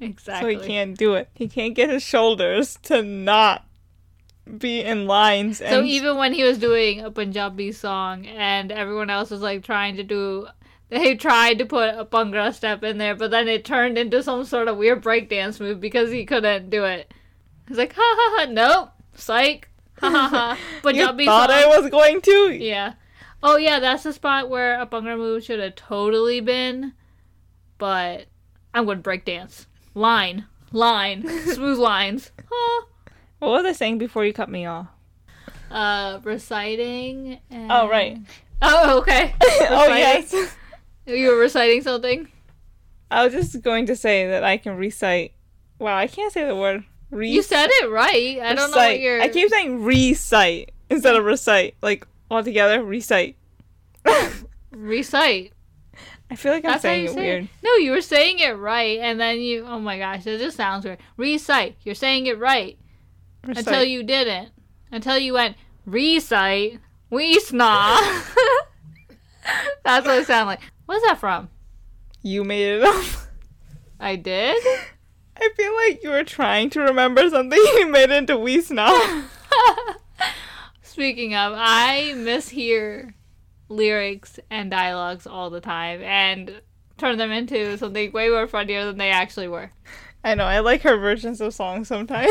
Exactly.
So he can't do it. He can't get his shoulders to not be in lines. And
So even when he was doing a Punjabi song and everyone else was like trying to do, they tried to put a bhangra step in there, but then it turned into some sort of weird breakdance move because he couldn't do it. He's like, ha ha ha, nope, psych, ha ha ha,
you
Punjabi
thought
song.
I was going to.
Yeah. Oh yeah, that's the spot where a bunga move should have totally been, but I'm gonna break dance. Line. Line. Smooth lines. Huh.
What was I saying before you cut me off?
Uh reciting and...
Oh right.
Oh, okay.
oh
Reciting?
yes.
You were reciting something?
I was just going to say that I can recite. Wow, I can't say the word. Re-
You said it right. I don't know what
recite.
you're
I keep saying recite instead of recite. Like all together, recite. I
recite.
feel like I'm
That's how
saying
you
it
say
weird.
it. No, you were saying it right and then you oh my gosh, it just sounds weird. Recite. You're saying it right.
Recite.
Until you didn't. Until you went recite, we snaw. That's what it sounded like. What's that from?
you made it up.
I did.
I feel like you were trying to remember something you made into we snow.
Speaking of, I mishear lyrics and dialogues all the time and turn them into something way more funnier than they actually were.
I know. I like her versions of songs sometimes.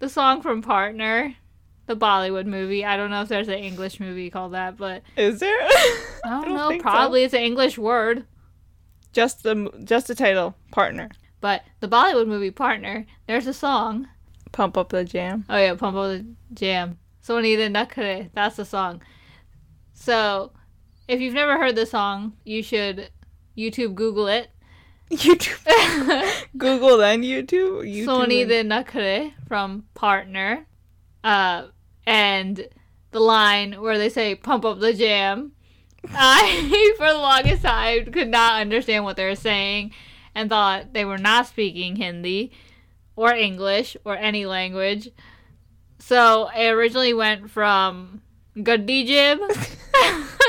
the song from Partner, the Bollywood movie. I don't know if there's an English movie called that, but
Is there?
I don't, know.
think so.
Probably it's an English word.
Just the just the title, partner.
But the Bollywood movie Partner, there's a song.
Pump up the jam.
Oh yeah, Pump Up the Jam. Sony the Nakare. That's the song. So, if you've never heard the song, you should YouTube Google it.
YouTube. Google then YouTube. YouTube
Sony
and-
the Nakare from Partner. Uh, and the line where they say pump up the jam. I, for the longest time, could not understand what they were saying and thought they were not speaking Hindi or English or any language. So I originally went from Gaddi Jib,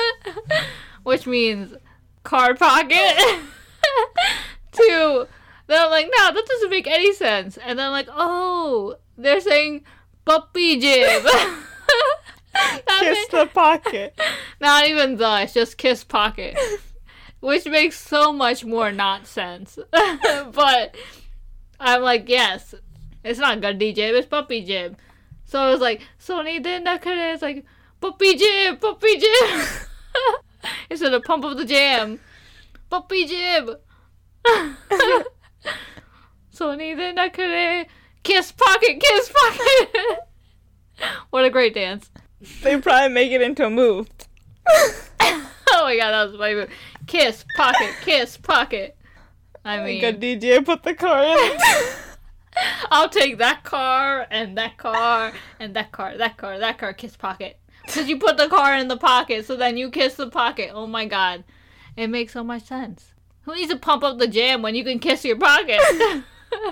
which means car pocket, to then I'm like, no, that doesn't make any sense. And then I'm like, oh, they're saying puppy jib. That
kiss
ma-
the pocket.
not even the, it's just kiss pocket. Which makes so much more not sense. but I'm like, yes, it's not Gandhi jib, it's puppy jib. So I was like, Sony Dindakare is like, puppy jib, puppy jib. Instead of pump of the jam, puppy jib. Sony Nakure. Kiss pocket, kiss pocket. what a great dance.
They probably make it into a move.
Oh my god, that was my move. Kiss pocket, kiss pocket. I
Like
mean,
a DJ put the car in. it.
I'll take that car and that car and that car, that car, that car, kiss pocket. Because you put the car in the pocket, so then you kiss the pocket. Oh my god. It makes so much sense. Who needs to pump up the jam when you can kiss your pocket?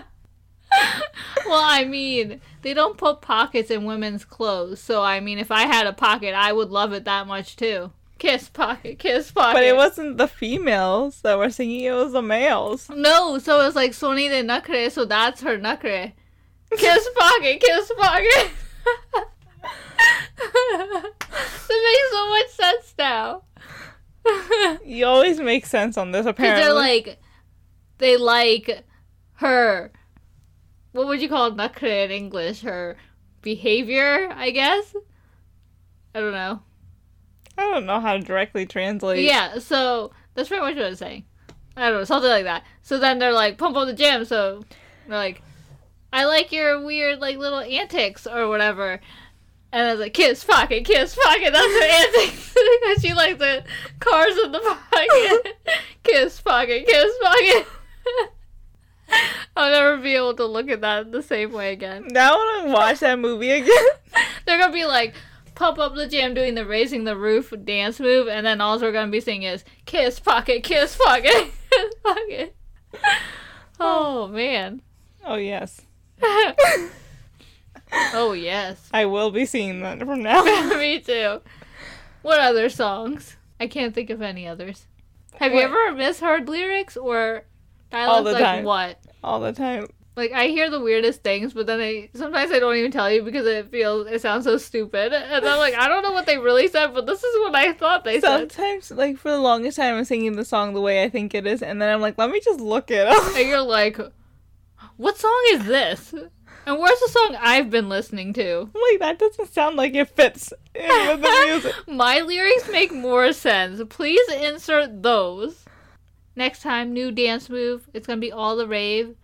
well, I mean, they don't put pockets in women's clothes, so I mean, if I had a pocket, I would love it that much too. Kiss pocket, kiss pocket.
But it wasn't the females that were singing, it was the males.
No, so it's like Sony de Nakre, so that's her Nakre. Kiss pocket, kiss pocket. that makes so much sense now. Because
You always make sense on this, apparently.
they're like, they like her. What would you call Nakre in English? Her behavior, I guess? I don't know.
I don't know how to directly translate.
Yeah, so that's pretty much what I was saying. I don't know, something like that. So then they're like, pump up the jam. So they're like, I like your weird, like, little antics or whatever. And I was like, kiss pocket, kiss pocket. That's her antics. Because she liked the cars in the pocket. kiss pocket, kiss pocket. I'll never be able to look at that the same way again.
Now I want to watch that movie again.
They're going to be like, pump up the jam doing the raising the roof dance move, and then all we're going to be seeing is kiss pocket, kiss pocket, kiss pocket. Oh, man.
oh, yes.
oh, yes.
I will be seeing that from now on.
Me too. What other songs? I can't think of any others. Have you
What?
ever misheard lyrics or dialogues
the
like
time.
what?
all the time.
Like I hear the weirdest things, but then I sometimes I don't even tell you because it feels it sounds so stupid, and I'm like I don't know what they really said, but this is what I thought they said.
Sometimes, like, for the longest time, I'm singing the song the way I think it is, and then I'm like, let me just look it up.
and you're like, what song is this? And where's the song I've been listening to?
I'm like, that doesn't sound like it fits in with the music.
My lyrics make more sense. Please insert those. Next time, new dance move. It's gonna be all the rave.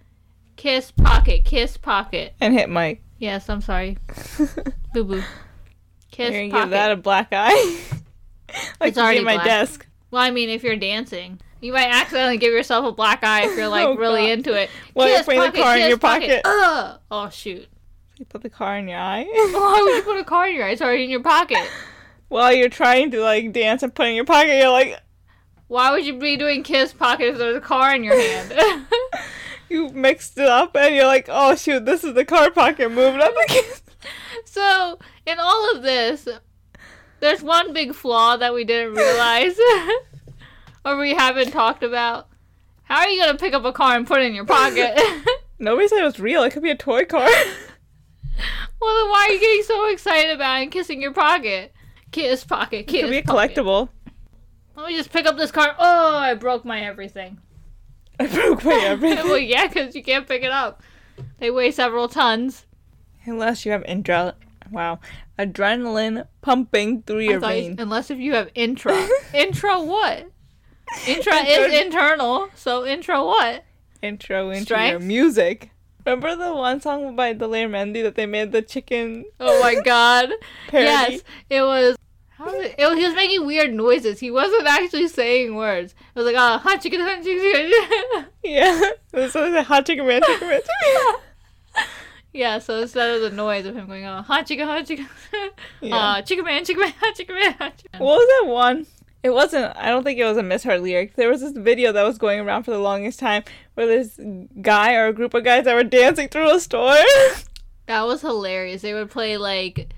Kiss pocket, kiss pocket.
And hit Mike.
Yes, I'm sorry. Boo boo.
You're
Kiss
gonna
pocket.
give that a black eye. like,
It's already
in my
black.
desk.
Well, I mean, if you're dancing, you might accidentally give yourself a black eye if you're like
Oh,
really
God.
into it.
Well, you're
Kiss
putting the car in
kiss
your pocket.
Ugh. Oh shoot.
You put the car in your eye.
Why would you put a car in your eye? It's already in your pocket.
While you're trying to, like, dance and put it in your pocket, you're like,
Why would you be doing kiss pocket if there's a car in your hand?
you mixed it up, and you're like, oh, shoot, this is the car pocket. Move it up again.
So, in all of this, there's one big flaw that we didn't realize or we haven't talked about. How are you going to pick up a car and put it in your pocket?
Nobody said it was real. It could be a toy car.
well, then why are you getting so excited about it and kissing your pocket? Kiss pocket, kiss.
It could be a
pocket.
collectible.
Let me just pick up this car. Oh, I broke my everything.
I broke my everything.
well, yeah, because you can't pick it up. They weigh several tons.
Unless you have indra- wow, adrenaline pumping through
I
your
thought you-
vein.
unless if you have intra. intra what? Intra is internal, so intra what?
Intro into your
Strength?
music. Remember the one song by Delair Mandy that they made the chicken
Oh my god.
parody?
Yes, it was. How was it? it was, he was making weird noises. He wasn't actually saying words. It was like, ah, hot chicken, hot chicken, chicken.
Yeah. This was a hot chicken man, chicken man, chicken man.
yeah, so instead of the noise of him going, oh, hot chicken, hot chicken,
Yeah.
uh, chicken man, chicken man, hot chicken man, hot chicken man.
What was that one? It wasn't. I don't think it was a misheard lyric. There was this video that was going around for the longest time where this guy or a group of guys that were dancing through a store.
That was hilarious. They would play like,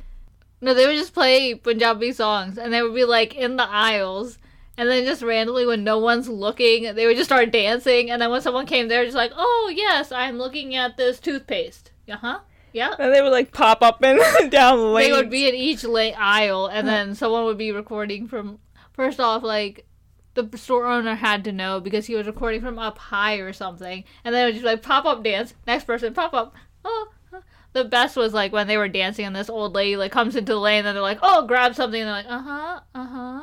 no, they would just play Punjabi songs, and they would be like in the aisles, and then just randomly when no one's looking, they would just start dancing, and then when someone came, they were just like, oh yes, I'm looking at this toothpaste. Uh huh. Yeah.
and they would like pop up and down the lane.
They would be in each lay aisle, and then someone would be recording from. First off, like the store owner had to know because he was recording from up high or something, and then it was just like pop up dance. Next person, pop up. Oh. huh. The best was like when they were dancing, and this old lady like comes into the lane, and they're like, "Oh, grab something," and they're like, "Uh huh, uh huh."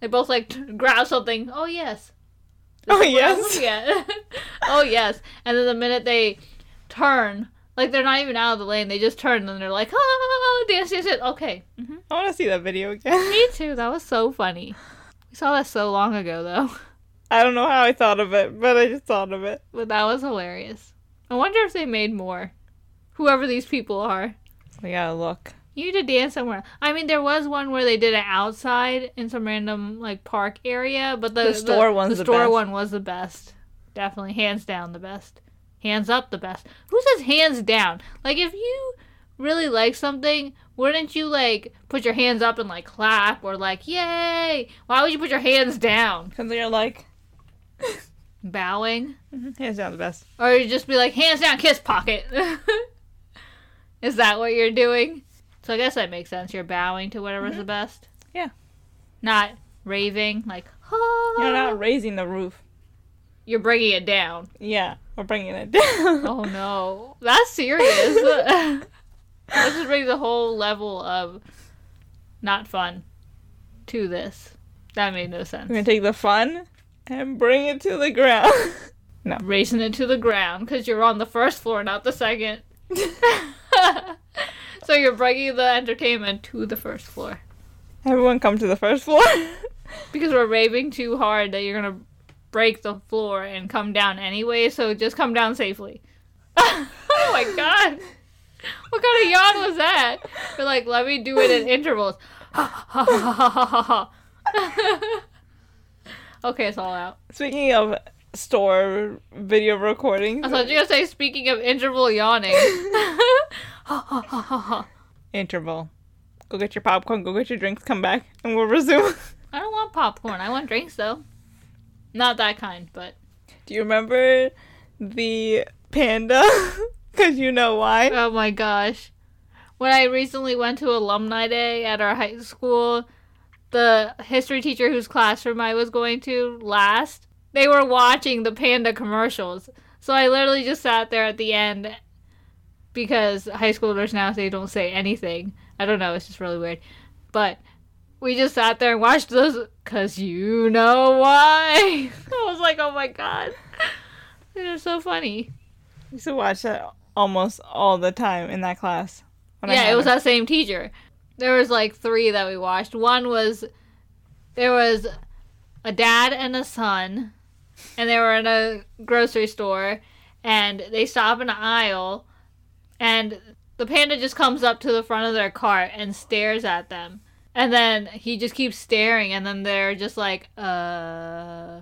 They both like t- grab something. Oh yes.
Oh
That's what I'm
yes.
looking at. oh yes. And then the minute they turn. Like they're not even out of the lane. They just turn and they're like, oh, dance, dance, dance. Okay,
I want to see that video again.
me too. That was so funny. We saw that so long ago though,
I don't know how I thought of it, but I just thought of it.
but that was hilarious. I wonder if they made more. Whoever these people are,
We gotta look.
you need to dance somewhere. I mean, there was one where they did it outside in some random like park area, but the,
The store one's the
the store
best.
one was the best. Definitely, hands down, the best. Hands up, the best. Who says hands down? Like, if you really like something, wouldn't you like put your hands up and like clap or like yay? Why would you put your hands down?
Because you're like,
Bowing,
hands down the best.
or you just be like hands down, kiss pocket. Is that what you're doing? So I guess that makes sense. You're bowing to whatever's the best.
Mm-hmm. Yeah.
Not raving like.
You're
Ah.
not raising the roof.
You're bringing it down.
Yeah, we're bringing it down.
Oh no, that's serious. that just brings a whole level of not fun to this. That made no sense.
We're gonna take the fun and bring it to the ground.
Racing it to the ground because you're on the first floor, not the second. so you're bringing the entertainment to the first floor
Everyone come to the first floor.
because we're raving too hard that you're gonna break the floor and come down anyway. So just come down safely. oh my god. What kind of yawn was that? You're like, let me do it in intervals. okay, it's all out.
Speaking of store video recordings,
I thought you were gonna say, speaking of interval yawning.
interval. Go get your popcorn, go get your drinks, come back, and we'll resume.
I don't want popcorn. I want drinks though. Not that kind, but
Do you remember the panda? Because you know why.
oh my gosh. When I recently went to alumni day at our high school, the history teacher whose classroom I was going to last, they were watching the panda commercials. So I literally just sat there at the end because high schoolers now they don't say anything. I don't know, it's just really weird. But we just sat there and watched those cuz you know why. I was like, "Oh my god. They're so funny."
I used to watch that almost all the time in that class. when I
yeah,
had
it was
her.
that same teacher. There was like three that we watched. One was there was a dad and a son, and they were in a grocery store, and they stop in an aisle, and the panda just comes up to the front of their cart and stares at them, and then he just keeps staring, and then they're just like, uh,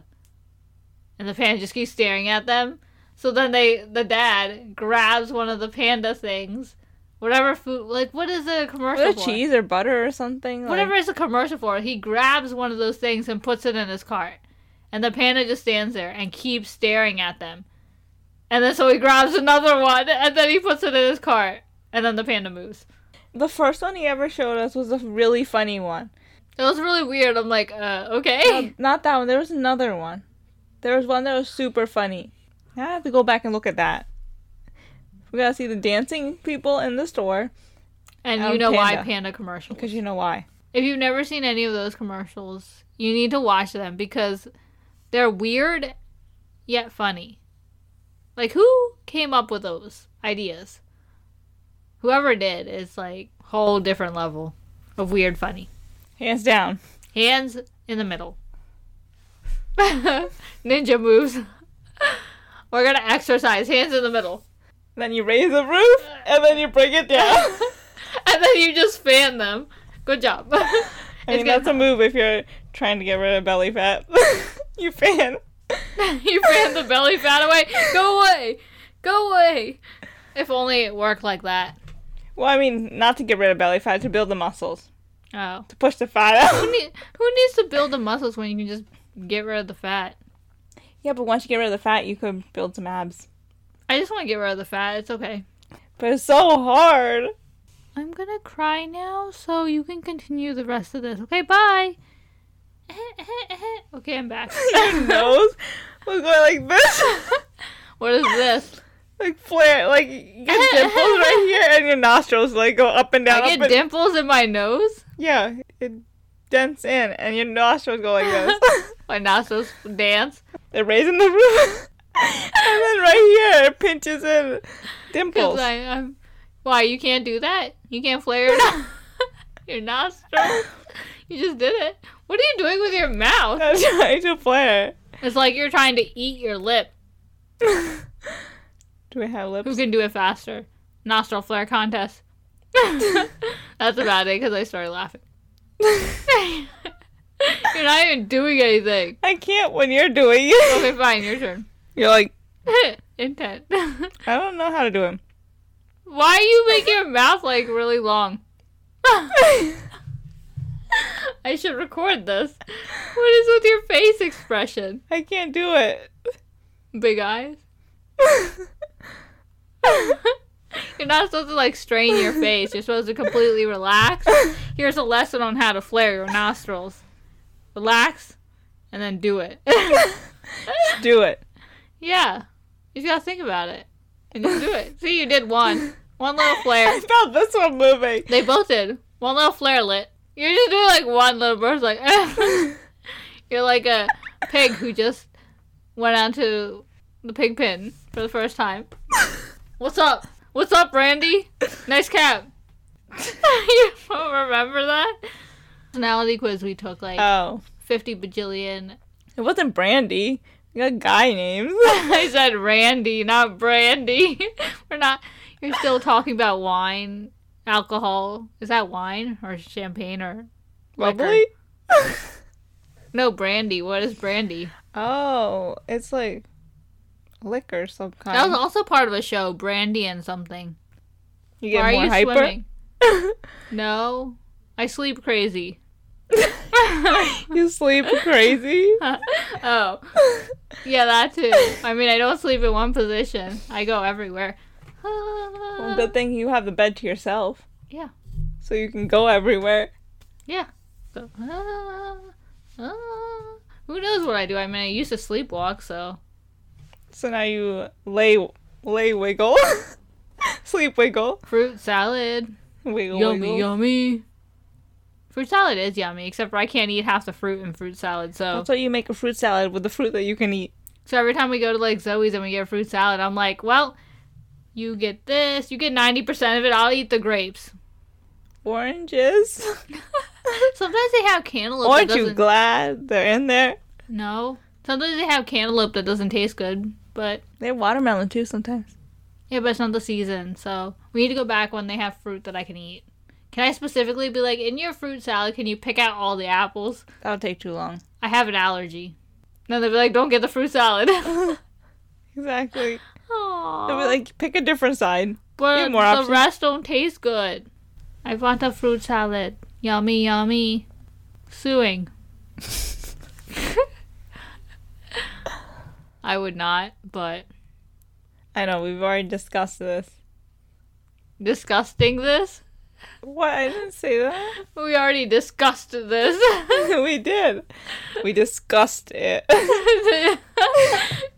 and the panda just keeps staring at them. So then they, the dad grabs one of the panda things, whatever food, like what is a commercial?
Was it
for?
cheese or butter or something. like-
whatever it's a commercial for, he grabs one of those things and puts it in his cart. And the panda just stands there and keeps staring at them. And then so he grabs another one and then he puts it in his cart. And then the panda moves.
The first one he ever showed us was a really funny one.
It was really weird. I'm like, uh,
No,
okay.
not that one. There was another one. There was one that was super funny. Now I have to go back and look at that. We gotta see the dancing people in the store
And
Um,
you know why
panda.
panda commercials.
because you know why.
If you've never seen any of those commercials, you need to watch them because they're weird yet funny. Like who came up with those ideas? Whoever did is like whole different level of weird funny.
Hands down.
Hands in the middle. Ninja moves. We're gonna exercise hands in the middle.
Then you raise the roof and then you bring it down.
And then you just fan them. Good job.
I mean,
gonna-
that's a move if you're trying to get rid of belly fat. you fan.
you ran the belly fat away. Go away. Go away. If only it worked like that.
Well, I mean, not to get rid of belly fat, to build the muscles,
Oh.
to push the fat
Who,
out.
need, who needs to build the muscles when you can just get rid of the fat?
yeah, but once you get rid of the fat, you could build some abs.
I just want to get rid of the fat. It's okay.
But it's so hard.
I'm going to cry now, so you can continue the rest of this. Okay, bye. okay, I'm back.
Your nose was going like this.
what is this?
like flare, like you get dimples right here, and your nostrils like go up and down.
I
up
get
and,
dimples in my nose?
yeah, it dents in, and your nostrils go like this.
My nostrils dance.
They're raising the roof. and then right here it pinches in dimples.
Because I, I'm. Why you can't do that? You can't flare your, no- your nostril. You just did it. What are you doing with your mouth?
I'm trying to flare.
It's like you're trying to eat your lip.
Do we have
Who
lips?
can do it faster? Nostril flare contest. That's about it because I started laughing. you're not even doing anything.
I can't when you're doing it.
Okay, fine. Your turn.
You're like,
Intent.
I don't know how to do them.
Why you make your mouth like really long? I should record this. What is with your face expression?
I can't do it.
Big eyes. You're not supposed to like strain your face. You're supposed to completely relax. Here's a lesson on how to flare your nostrils. Relax and then do it.
do it.
yeah. You just gotta think about it. And then do it. See you did one. One little flare.
I felt this one moving.
They both did. One little flare lit. You're just doing like one little burst, like you're like a pig who just went onto the pig pen for the first time. What's up? What's up, Randy? Nice cap. you don't remember that personality quiz we took like
Oh.
fifty bajillion.
It wasn't Brandy. We got guy names.
I said Randy, not Brandy. We're not. You're still talking about wine, alcohol. Is that wine or champagne or
Bubbly?
No, brandy. What is brandy?
Oh, it's like liquor of some kind.
That was also part of a show, brandy and something.
you get
Why are
more
you
hyper.
swimming? no, I sleep crazy.
You sleep crazy.
oh, yeah, that too. I mean, I don't sleep in one position. I go everywhere. Ah.
Well, good thing you have the bed to yourself,
yeah,
so you can go everywhere.
yeah. So, ah, ah. Who knows what I do? I mean, I used to sleepwalk, so
So now you lay, lay wiggle, sleep wiggle,
fruit salad,
wiggle
yummy,
wiggle.
yummy. Fruit salad is yummy, except for I can't eat half the fruit in fruit salad. So
That's why you make a fruit salad with the fruit that you can eat.
So every time we go to like Zoe's and we get a fruit salad, I'm like, well, you get this, you get 90% of it, I'll eat the grapes.
Oranges.
Sometimes they have cantaloupe that
Aren't you
doesn't
glad they're in there?
No. Sometimes they have cantaloupe that doesn't taste good, but
They have watermelon too sometimes.
yeah, but it's not the season. So we need to go back when they have fruit that I can eat. Can I specifically be like, in your fruit salad, can you pick out all the apples?
That'll take too long.
I have an allergy. Then they'll be like, don't get the fruit salad.
Exactly.
Aww.
They'll be like, pick a different side.
But
have more
the
options.
rest don't taste good. I want a fruit salad. Yummy, yummy. Suing. I would not, but
I know we've already discussed this.
disgusting this?
What? I didn't say that.
We already discussed this.
we did. We discussed it.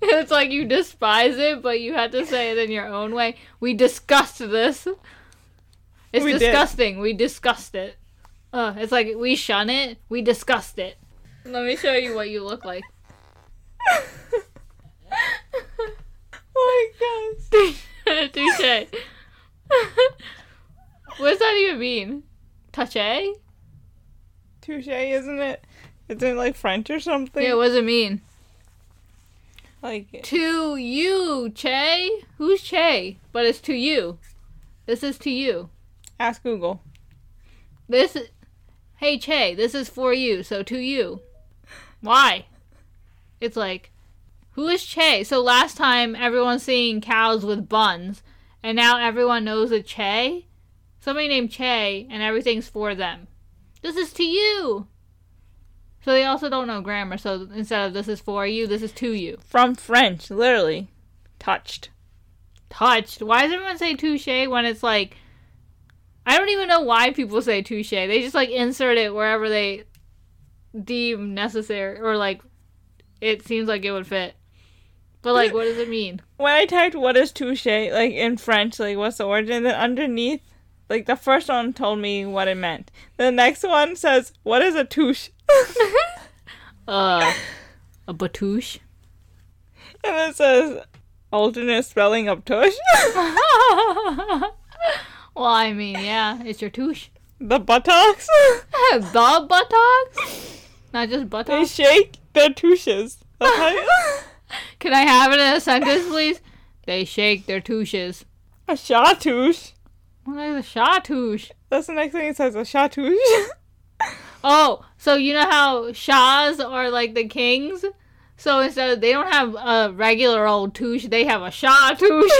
it's like you despise it, but you had to say it in your own way. We discussed this. It's
We did.
disgusting. We discussed it. Uh, it's like we shun it. We discussed it. Let me show you what you look like.
oh my gosh.
Touche. what does that even mean? Touche?
Touche, isn't it? Isn't it like French or something?
Yeah, what does it mean?
like
To you, Che? Who's Che? But it's to you. This is to you.
ask Google.
This is. Hey, Che, this is for you, so to you. Why? It's like, who is Che? So last time everyone's seeing cows with buns, and now everyone knows a Che? Somebody named Che, and everything's for them. This is to you! So they also don't know grammar, so instead of this is for you, this is to you.
From French, literally. Touched.
Touched. Why does everyone say touche when it's like. I don't even know why people say touche. They just like insert it wherever they deem necessary or like it seems like it would fit. But like, what does it mean?
When I typed what is touche, like in French, like what's the origin, then underneath, like the first one told me what it meant. The next one says, what is a touche?
Uh, a batouche?
And it says alternate spelling of tush.
well, I mean, yeah, it's your touche.
the buttocks.
the buttocks? Not just
they
buttocks.
shake their tushes. That's how you-
Can I have it in a sentence, please? They shake their touches.
a shatush.
Well, there's a shatouche.
That's the next thing it says. A shatush.
Oh, so you know how shahs are like the kings? So instead of, they don't have a regular old touche, they have a shah touche.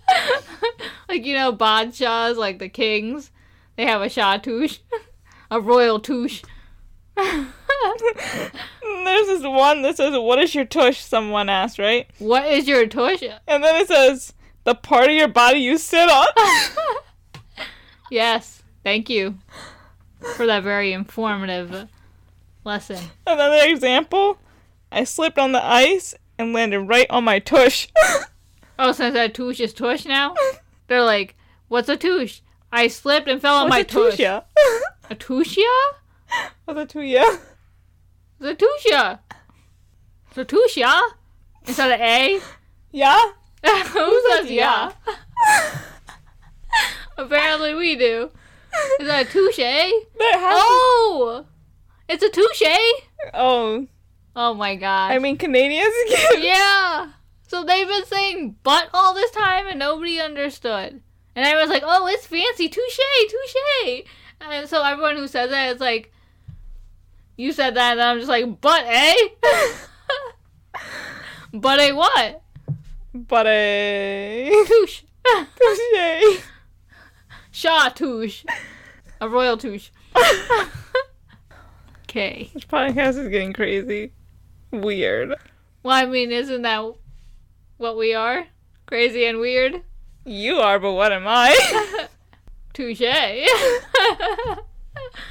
like, you know, badshahs, like the kings, they have a shah touche, a royal touche.
And there's this one that says, "What is your tush?" Someone asked, right?
what is your touche?
And then it says, "The part of your body you sit on."
Yes, thank you for that very informative lesson.
Another example. I slipped on the ice and landed right on my tush.
Oh, since that touche is touche now, they're like, what's a touche? I slipped and fell on my
What's a
touche.
tushia?
A tushia?
What's a tushia?
Zatusha. Zatusha? Instead of A?
Yeah.
Who says
says
yeah? Apparently we do. Is that a touche?
There has
Oh! It's a touche?
to- oh,
Oh my gosh.
I mean Canadians. Can-
yeah! So they've been saying butt all this time and nobody understood. And I was like, oh, it's fancy. Touche, touche. And so everyone who says that is like, you said that. And I'm just like, but eh? but eh what?
But a
Touche.
touche.
Shaw touche. A royal touche. Okay.
This podcast is getting crazy, weird.
Well, I mean, isn't that what we are? Crazy and weird?
You are, but what am I?
Touche.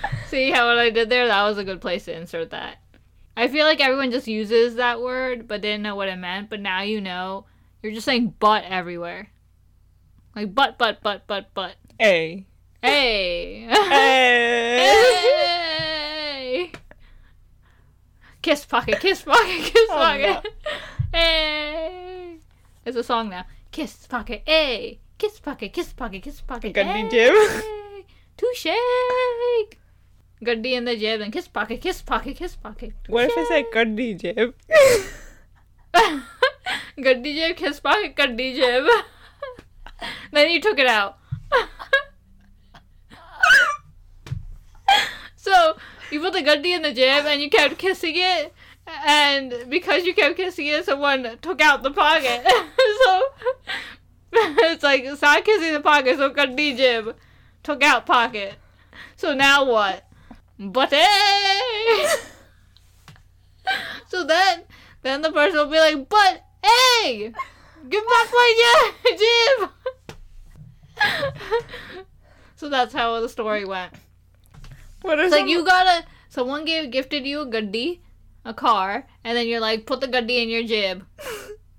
See how what I did there? That was a good place to insert that. I feel like everyone just uses that word but didn't know what it meant, but now you know. You're just saying butt everywhere. Like butt, butt, butt, butt, butt.
A.
Hey!
A.
hey! Kiss pocket, kiss pocket, kiss
Oh,
pocket. Hey! It's a song now. Kiss pocket, hey! Kiss pocket, kiss pocket, kiss pocket.
Good in the
hey.
gym.
Touche! Good D in the gym and kiss pocket, kiss pocket, kiss pocket.
What if I say Gandhi Jib?
Good DJ, kiss pocket, good DJ. then you took it out. so you put the Gundy in the gym and you kept kissing it, and because you kept kissing it, someone took out the pocket. so it's like stop kissing the pocket, so Gundy Jib took out pocket. So now what? But hey! so then then the person will be like, but hey, give back my gym. so that's how the story went.
What if
It's like
some-
you gotta, someone gave gifted you a gaddi, a car, and then you're like, put the gaddi in your jib.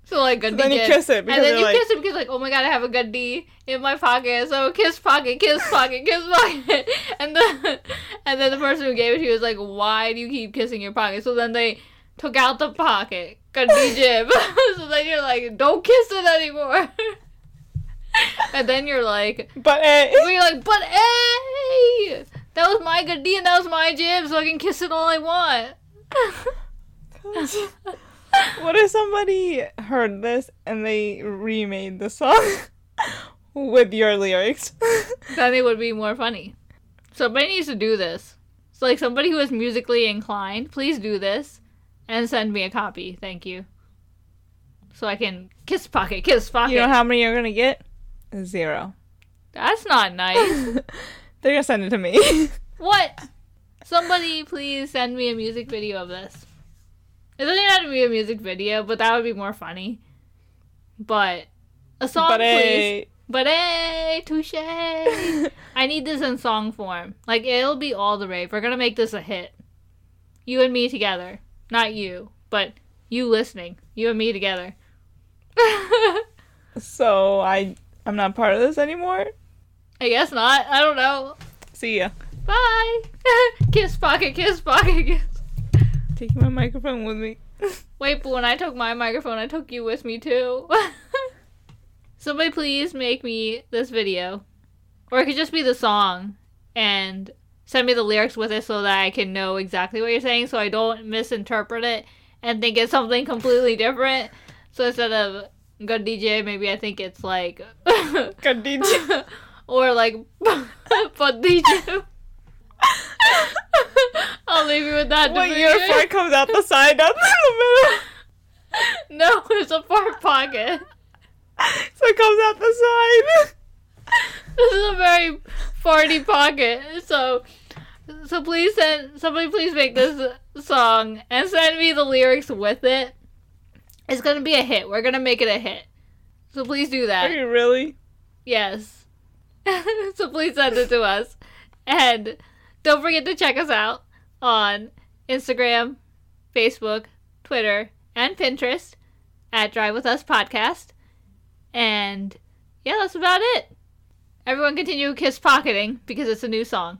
So like gaddi
then you
jib.
kiss it because
and then
you're
you
like-
kiss it because like, oh my god, I have a gaddi in my pocket. So kiss pocket, kiss pocket, kiss pocket. And then and then the person who gave it to you was like, why do you keep kissing your pocket? So then they took out the pocket, gaddi jib. so then you're like, don't kiss it anymore. and then you're like,
But eh." A.
we are like, but hey, that was my good deed and that was my jib, so I can kiss it all I want.
What if somebody heard this and they remade the song with your lyrics?
then it would be more funny. Somebody needs to do this. So, like, somebody who is musically inclined, please do this and send me a copy. Thank you. So I can kiss pocket, kiss pocket.
You know how many you're gonna get? Zero.
That's not nice.
They're gonna send it to me.
what? Somebody, please send me a music video of this. It doesn't even have to be a music video, but that would be more funny. But a song,
but eh.
please.
A.
But hey, touche! I need this in song form. Like it'll be all the rave. We're gonna make this a hit. You and me together. Not you, but you listening. You and me together. I
So I I'm not part of this anymore.
guess not. I don't know.
See ya.
Bye. kiss pocket. Kiss pocket. Kiss.
Taking my microphone with me.
Wait, but when I took my microphone, I took you with me too. Somebody please make me this video. Or it could just be the song and send me the lyrics with it so that I can know exactly what you're saying so I don't misinterpret it and think it's something completely different. So instead of good DJ, maybe I think it's like
Good DJ.
or like but DJ. I'll leave you with that.
What
Dimitri.
uniform comes out the side, down the middle?
No, it's a fart pocket.
So it comes out the side.
This is a very farty pocket. So, so please send somebody please make this song and send me the lyrics with it. It's gonna be a hit. We're gonna make it a hit. So please do
Are
that.
you really?
Yes. so please send it to us, and don't forget to check us out on Instagram, Facebook, Twitter, and Pinterest at Drive With Us Podcast. And yeah, that's about it. Everyone continue kiss pocketing because it's a new song.